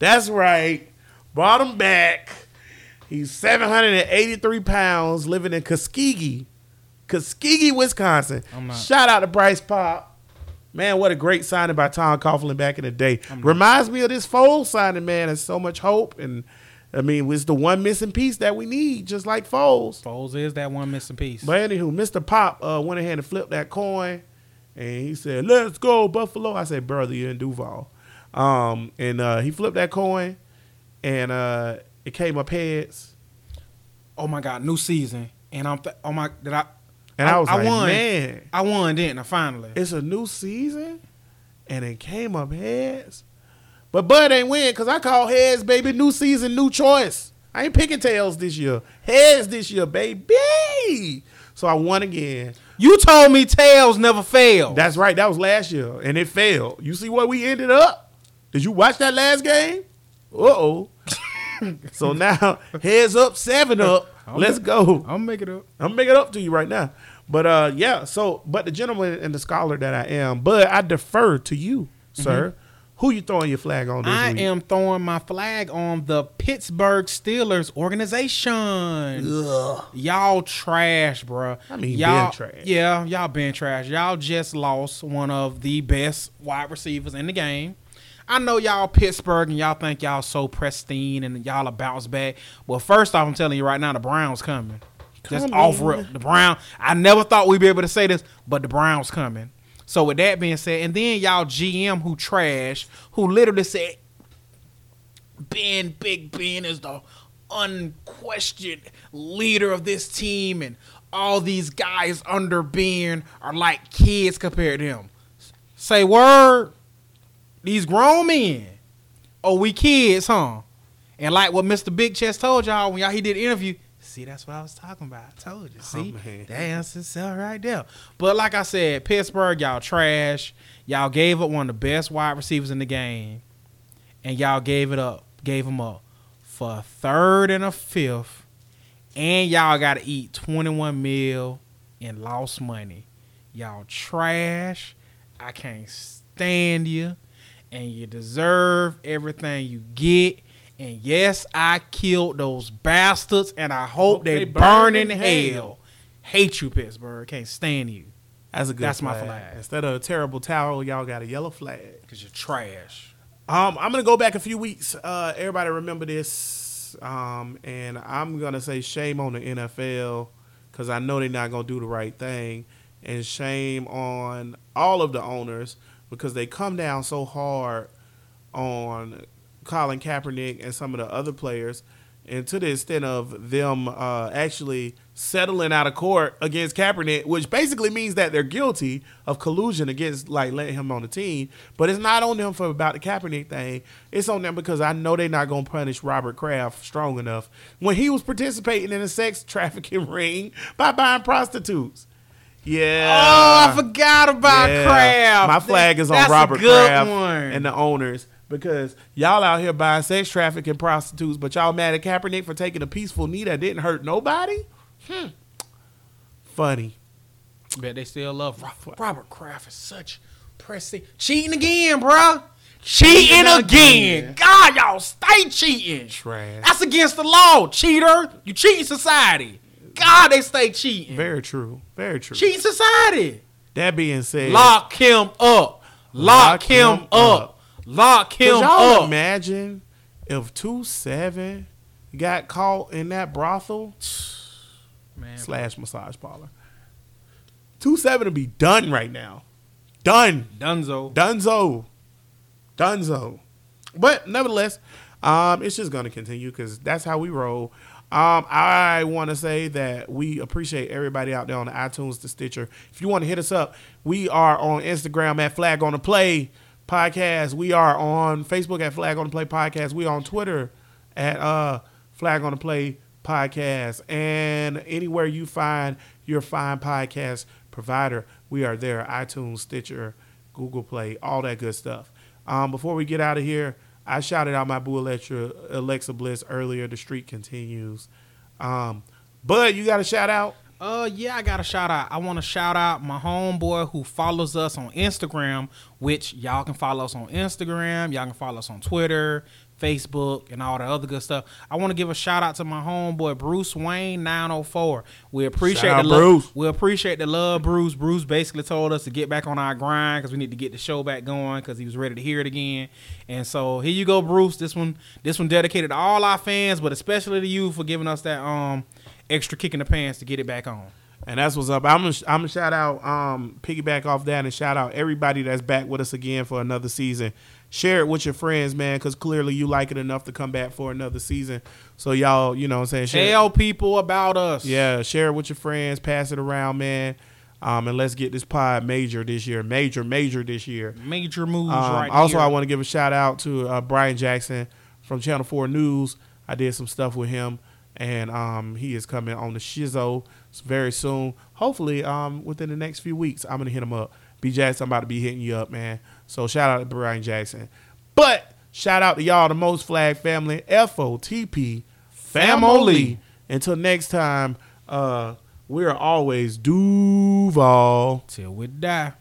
S1: That's right. Brought him back. He's 783 pounds, living in Tuskegee, Tuskegee, Wisconsin.
S2: I'm not-
S1: Shout out to Bryce Pop. Man, what a great signing by Tom Coughlin back in the day. Reminds me of this Foles signing, man. There's so much hope. And I mean, it's the one missing piece that we need, just like Foles.
S2: Foles is that one missing piece.
S1: But anywho, Mr. Pop uh, went ahead and flipped that coin, and he said, "Let's go Buffalo." I said, "Brother, you're in Duval," um, and uh, he flipped that coin, and uh, it came up heads.
S2: oh my god, new season, and I'm th- oh my did I
S1: And I was like,
S2: won.
S1: man.
S2: I won didn't I finally.
S1: It's a new season, and it came up heads. But Bud ain't win because I call heads, baby. New season, new choice. I ain't picking tails this year. Heads this year, baby. So I won again.
S2: you told me tails never fail.
S1: That's right. That was last year, and it failed. You see where we ended up? Did you watch that last game? Uh oh. [laughs] so now heads up, seven up. Let's go.
S2: I'm making it up.
S1: I'm making it up to you right now. But uh, yeah. So, but the gentleman and the scholar that I am, but I defer to you, sir. Who you throwing your flag on this
S2: I
S1: week?
S2: am throwing my flag on the Pittsburgh Steelers organization.
S1: Ugh.
S2: Y'all trash, bruh.
S1: I mean,
S2: y'all
S1: been trash.
S2: Yeah, y'all been trash. Y'all just lost one of the best wide receivers in the game. I know y'all Pittsburgh and y'all think y'all so pristine and y'all a bounce back. Well, first off, I'm telling you right now, the Browns coming. Just
S1: Coming.
S2: off rip. The Brown. I never thought we'd be able to say this, but the Browns coming. So with that being said, and then y'all GM who trashed, who literally said Ben, Big Ben is the unquestioned leader of this team, and all these guys under Ben are like kids compared to him. Say word, these grown men. Oh, we kids, huh? And like what Mr. Big Chest told y'all when y'all he did the interview. See, that's what I was talking about. I told you. See,
S1: man.
S2: that answers itself right there. But like I said, Pittsburgh, y'all trash. Y'all gave up one of the best wide receivers in the game and y'all gave it up, gave them up for a third and a fifth, and y'all got to eat 21 mil in lost money. Y'all trash. I can't stand you, and you deserve everything you get. And yes, I killed those bastards, and I hope,
S1: Hope
S2: they,
S1: they
S2: burn,
S1: burn
S2: in
S1: in
S2: hell.
S1: hell.
S2: Hate you, Pittsburgh. Can't stand you
S1: That's a good.
S2: That's my flag.
S1: Instead of a terrible towel, y'all got a yellow flag.
S2: because you're trash.
S1: Um, I'm gonna go back a few weeks. Uh, everybody remember this. Um, and I'm gonna say shame on the NFL because I know they're not gonna do the right thing, and shame on all of the owners because they come down so hard on Colin Kaepernick and some of the other players, and to the extent of them uh, actually settling out of court against Kaepernick, which basically means that they're guilty of collusion against like letting him on the team. But it's not on them for about the Kaepernick thing. It's on them because I know they're not going to punish Robert Kraft strong enough when he was participating in a sex [laughs] trafficking ring by buying prostitutes. Yeah.
S2: Oh, I forgot about
S1: Uh, Yeah.
S2: Kraft.
S1: My flag is on
S2: That's a
S1: Robert
S2: good
S1: Kraft
S2: one.
S1: and the owners because y'all out here buying sex trafficking prostitutes, but y'all mad at Kaepernick for taking a peaceful knee that didn't hurt nobody. Hmm. Funny.
S2: Bet they still love Robert, Robert Kraft is such pressing. Cheating again, bruh. Cheating
S1: Cheating
S2: again.
S1: again.
S2: God, y'all stay cheating.
S1: Trash.
S2: That's against the law, cheater. You cheating society. God, they stay cheating.
S1: Very true. Very true.
S2: cheating society.
S1: That being said,
S2: Lock him up. Lock,
S1: Lock
S2: him,
S1: him
S2: up. Lock him
S1: could y'all
S2: up.
S1: imagine if two seven got caught in that brothel
S2: Man.
S1: slash massage parlor? Two seven would be done right now. Done.
S2: Dunzo.
S1: Dunzo. Dunzo. But nevertheless, um, it's just going to continue because that's how we roll. Um, I want to say that we appreciate everybody out there on the iTunes, the Stitcher. If you want to hit us up, we are on Instagram at Flag on the Play Podcast. We are on Facebook at Flag on the Play Podcast. We are on Twitter at uh, Flag on the Play Podcast. And anywhere you find your fine podcast provider, we are there. iTunes, Stitcher, Google Play, all that good stuff. Um, before we get out of here, I shouted out my boo Alexa, Alexa Bliss earlier. The street continues. Um, but you got a shout out.
S2: Uh, yeah, I got a shout out. I want to shout out my homeboy who follows us on Instagram, which y'all can follow us on Instagram. Y'all can follow us on Twitter, Facebook, and all the other good stuff. I want to give a shout out to my homeboy Bruce Wayne nine hundred four. We appreciate
S1: Shout out
S2: the love.
S1: Bruce.
S2: We appreciate the love, Bruce. Bruce basically told us to get back on our grind because we need to get the show back going because he was ready to hear it again. And so here you go, Bruce. This one, this one dedicated to all our fans, but especially to you for giving us that um extra kick in the pants to get it back on.
S1: And that's what's up. I'm gonna, sh- I'm gonna shout out, um, piggyback off that, and shout out everybody that's back with us again for another season. Share it with your friends, man, because clearly you like it enough to come back for another season. So y'all, you know, what I'm saying, share,
S2: Tell people about us.
S1: yeah, share it with your friends, pass it around, man, um, and let's get this pod major this year, major, major this year.
S2: Major moves
S1: Um,
S2: right
S1: also,
S2: here.
S1: I want to give a shout out to uh, Brian Jackson from Channel Four News. I did some stuff with him, and um, he is coming on the Shizzo very soon. Hopefully, um, within the next few weeks, I'm gonna hit him up. B Jackson, I'm about to be hitting you up, man. So shout out to Brian Jackson. But shout out to y'all, the Most Flag family, F O T P family. Until next time, uh, we are always Duval.
S2: Till we die.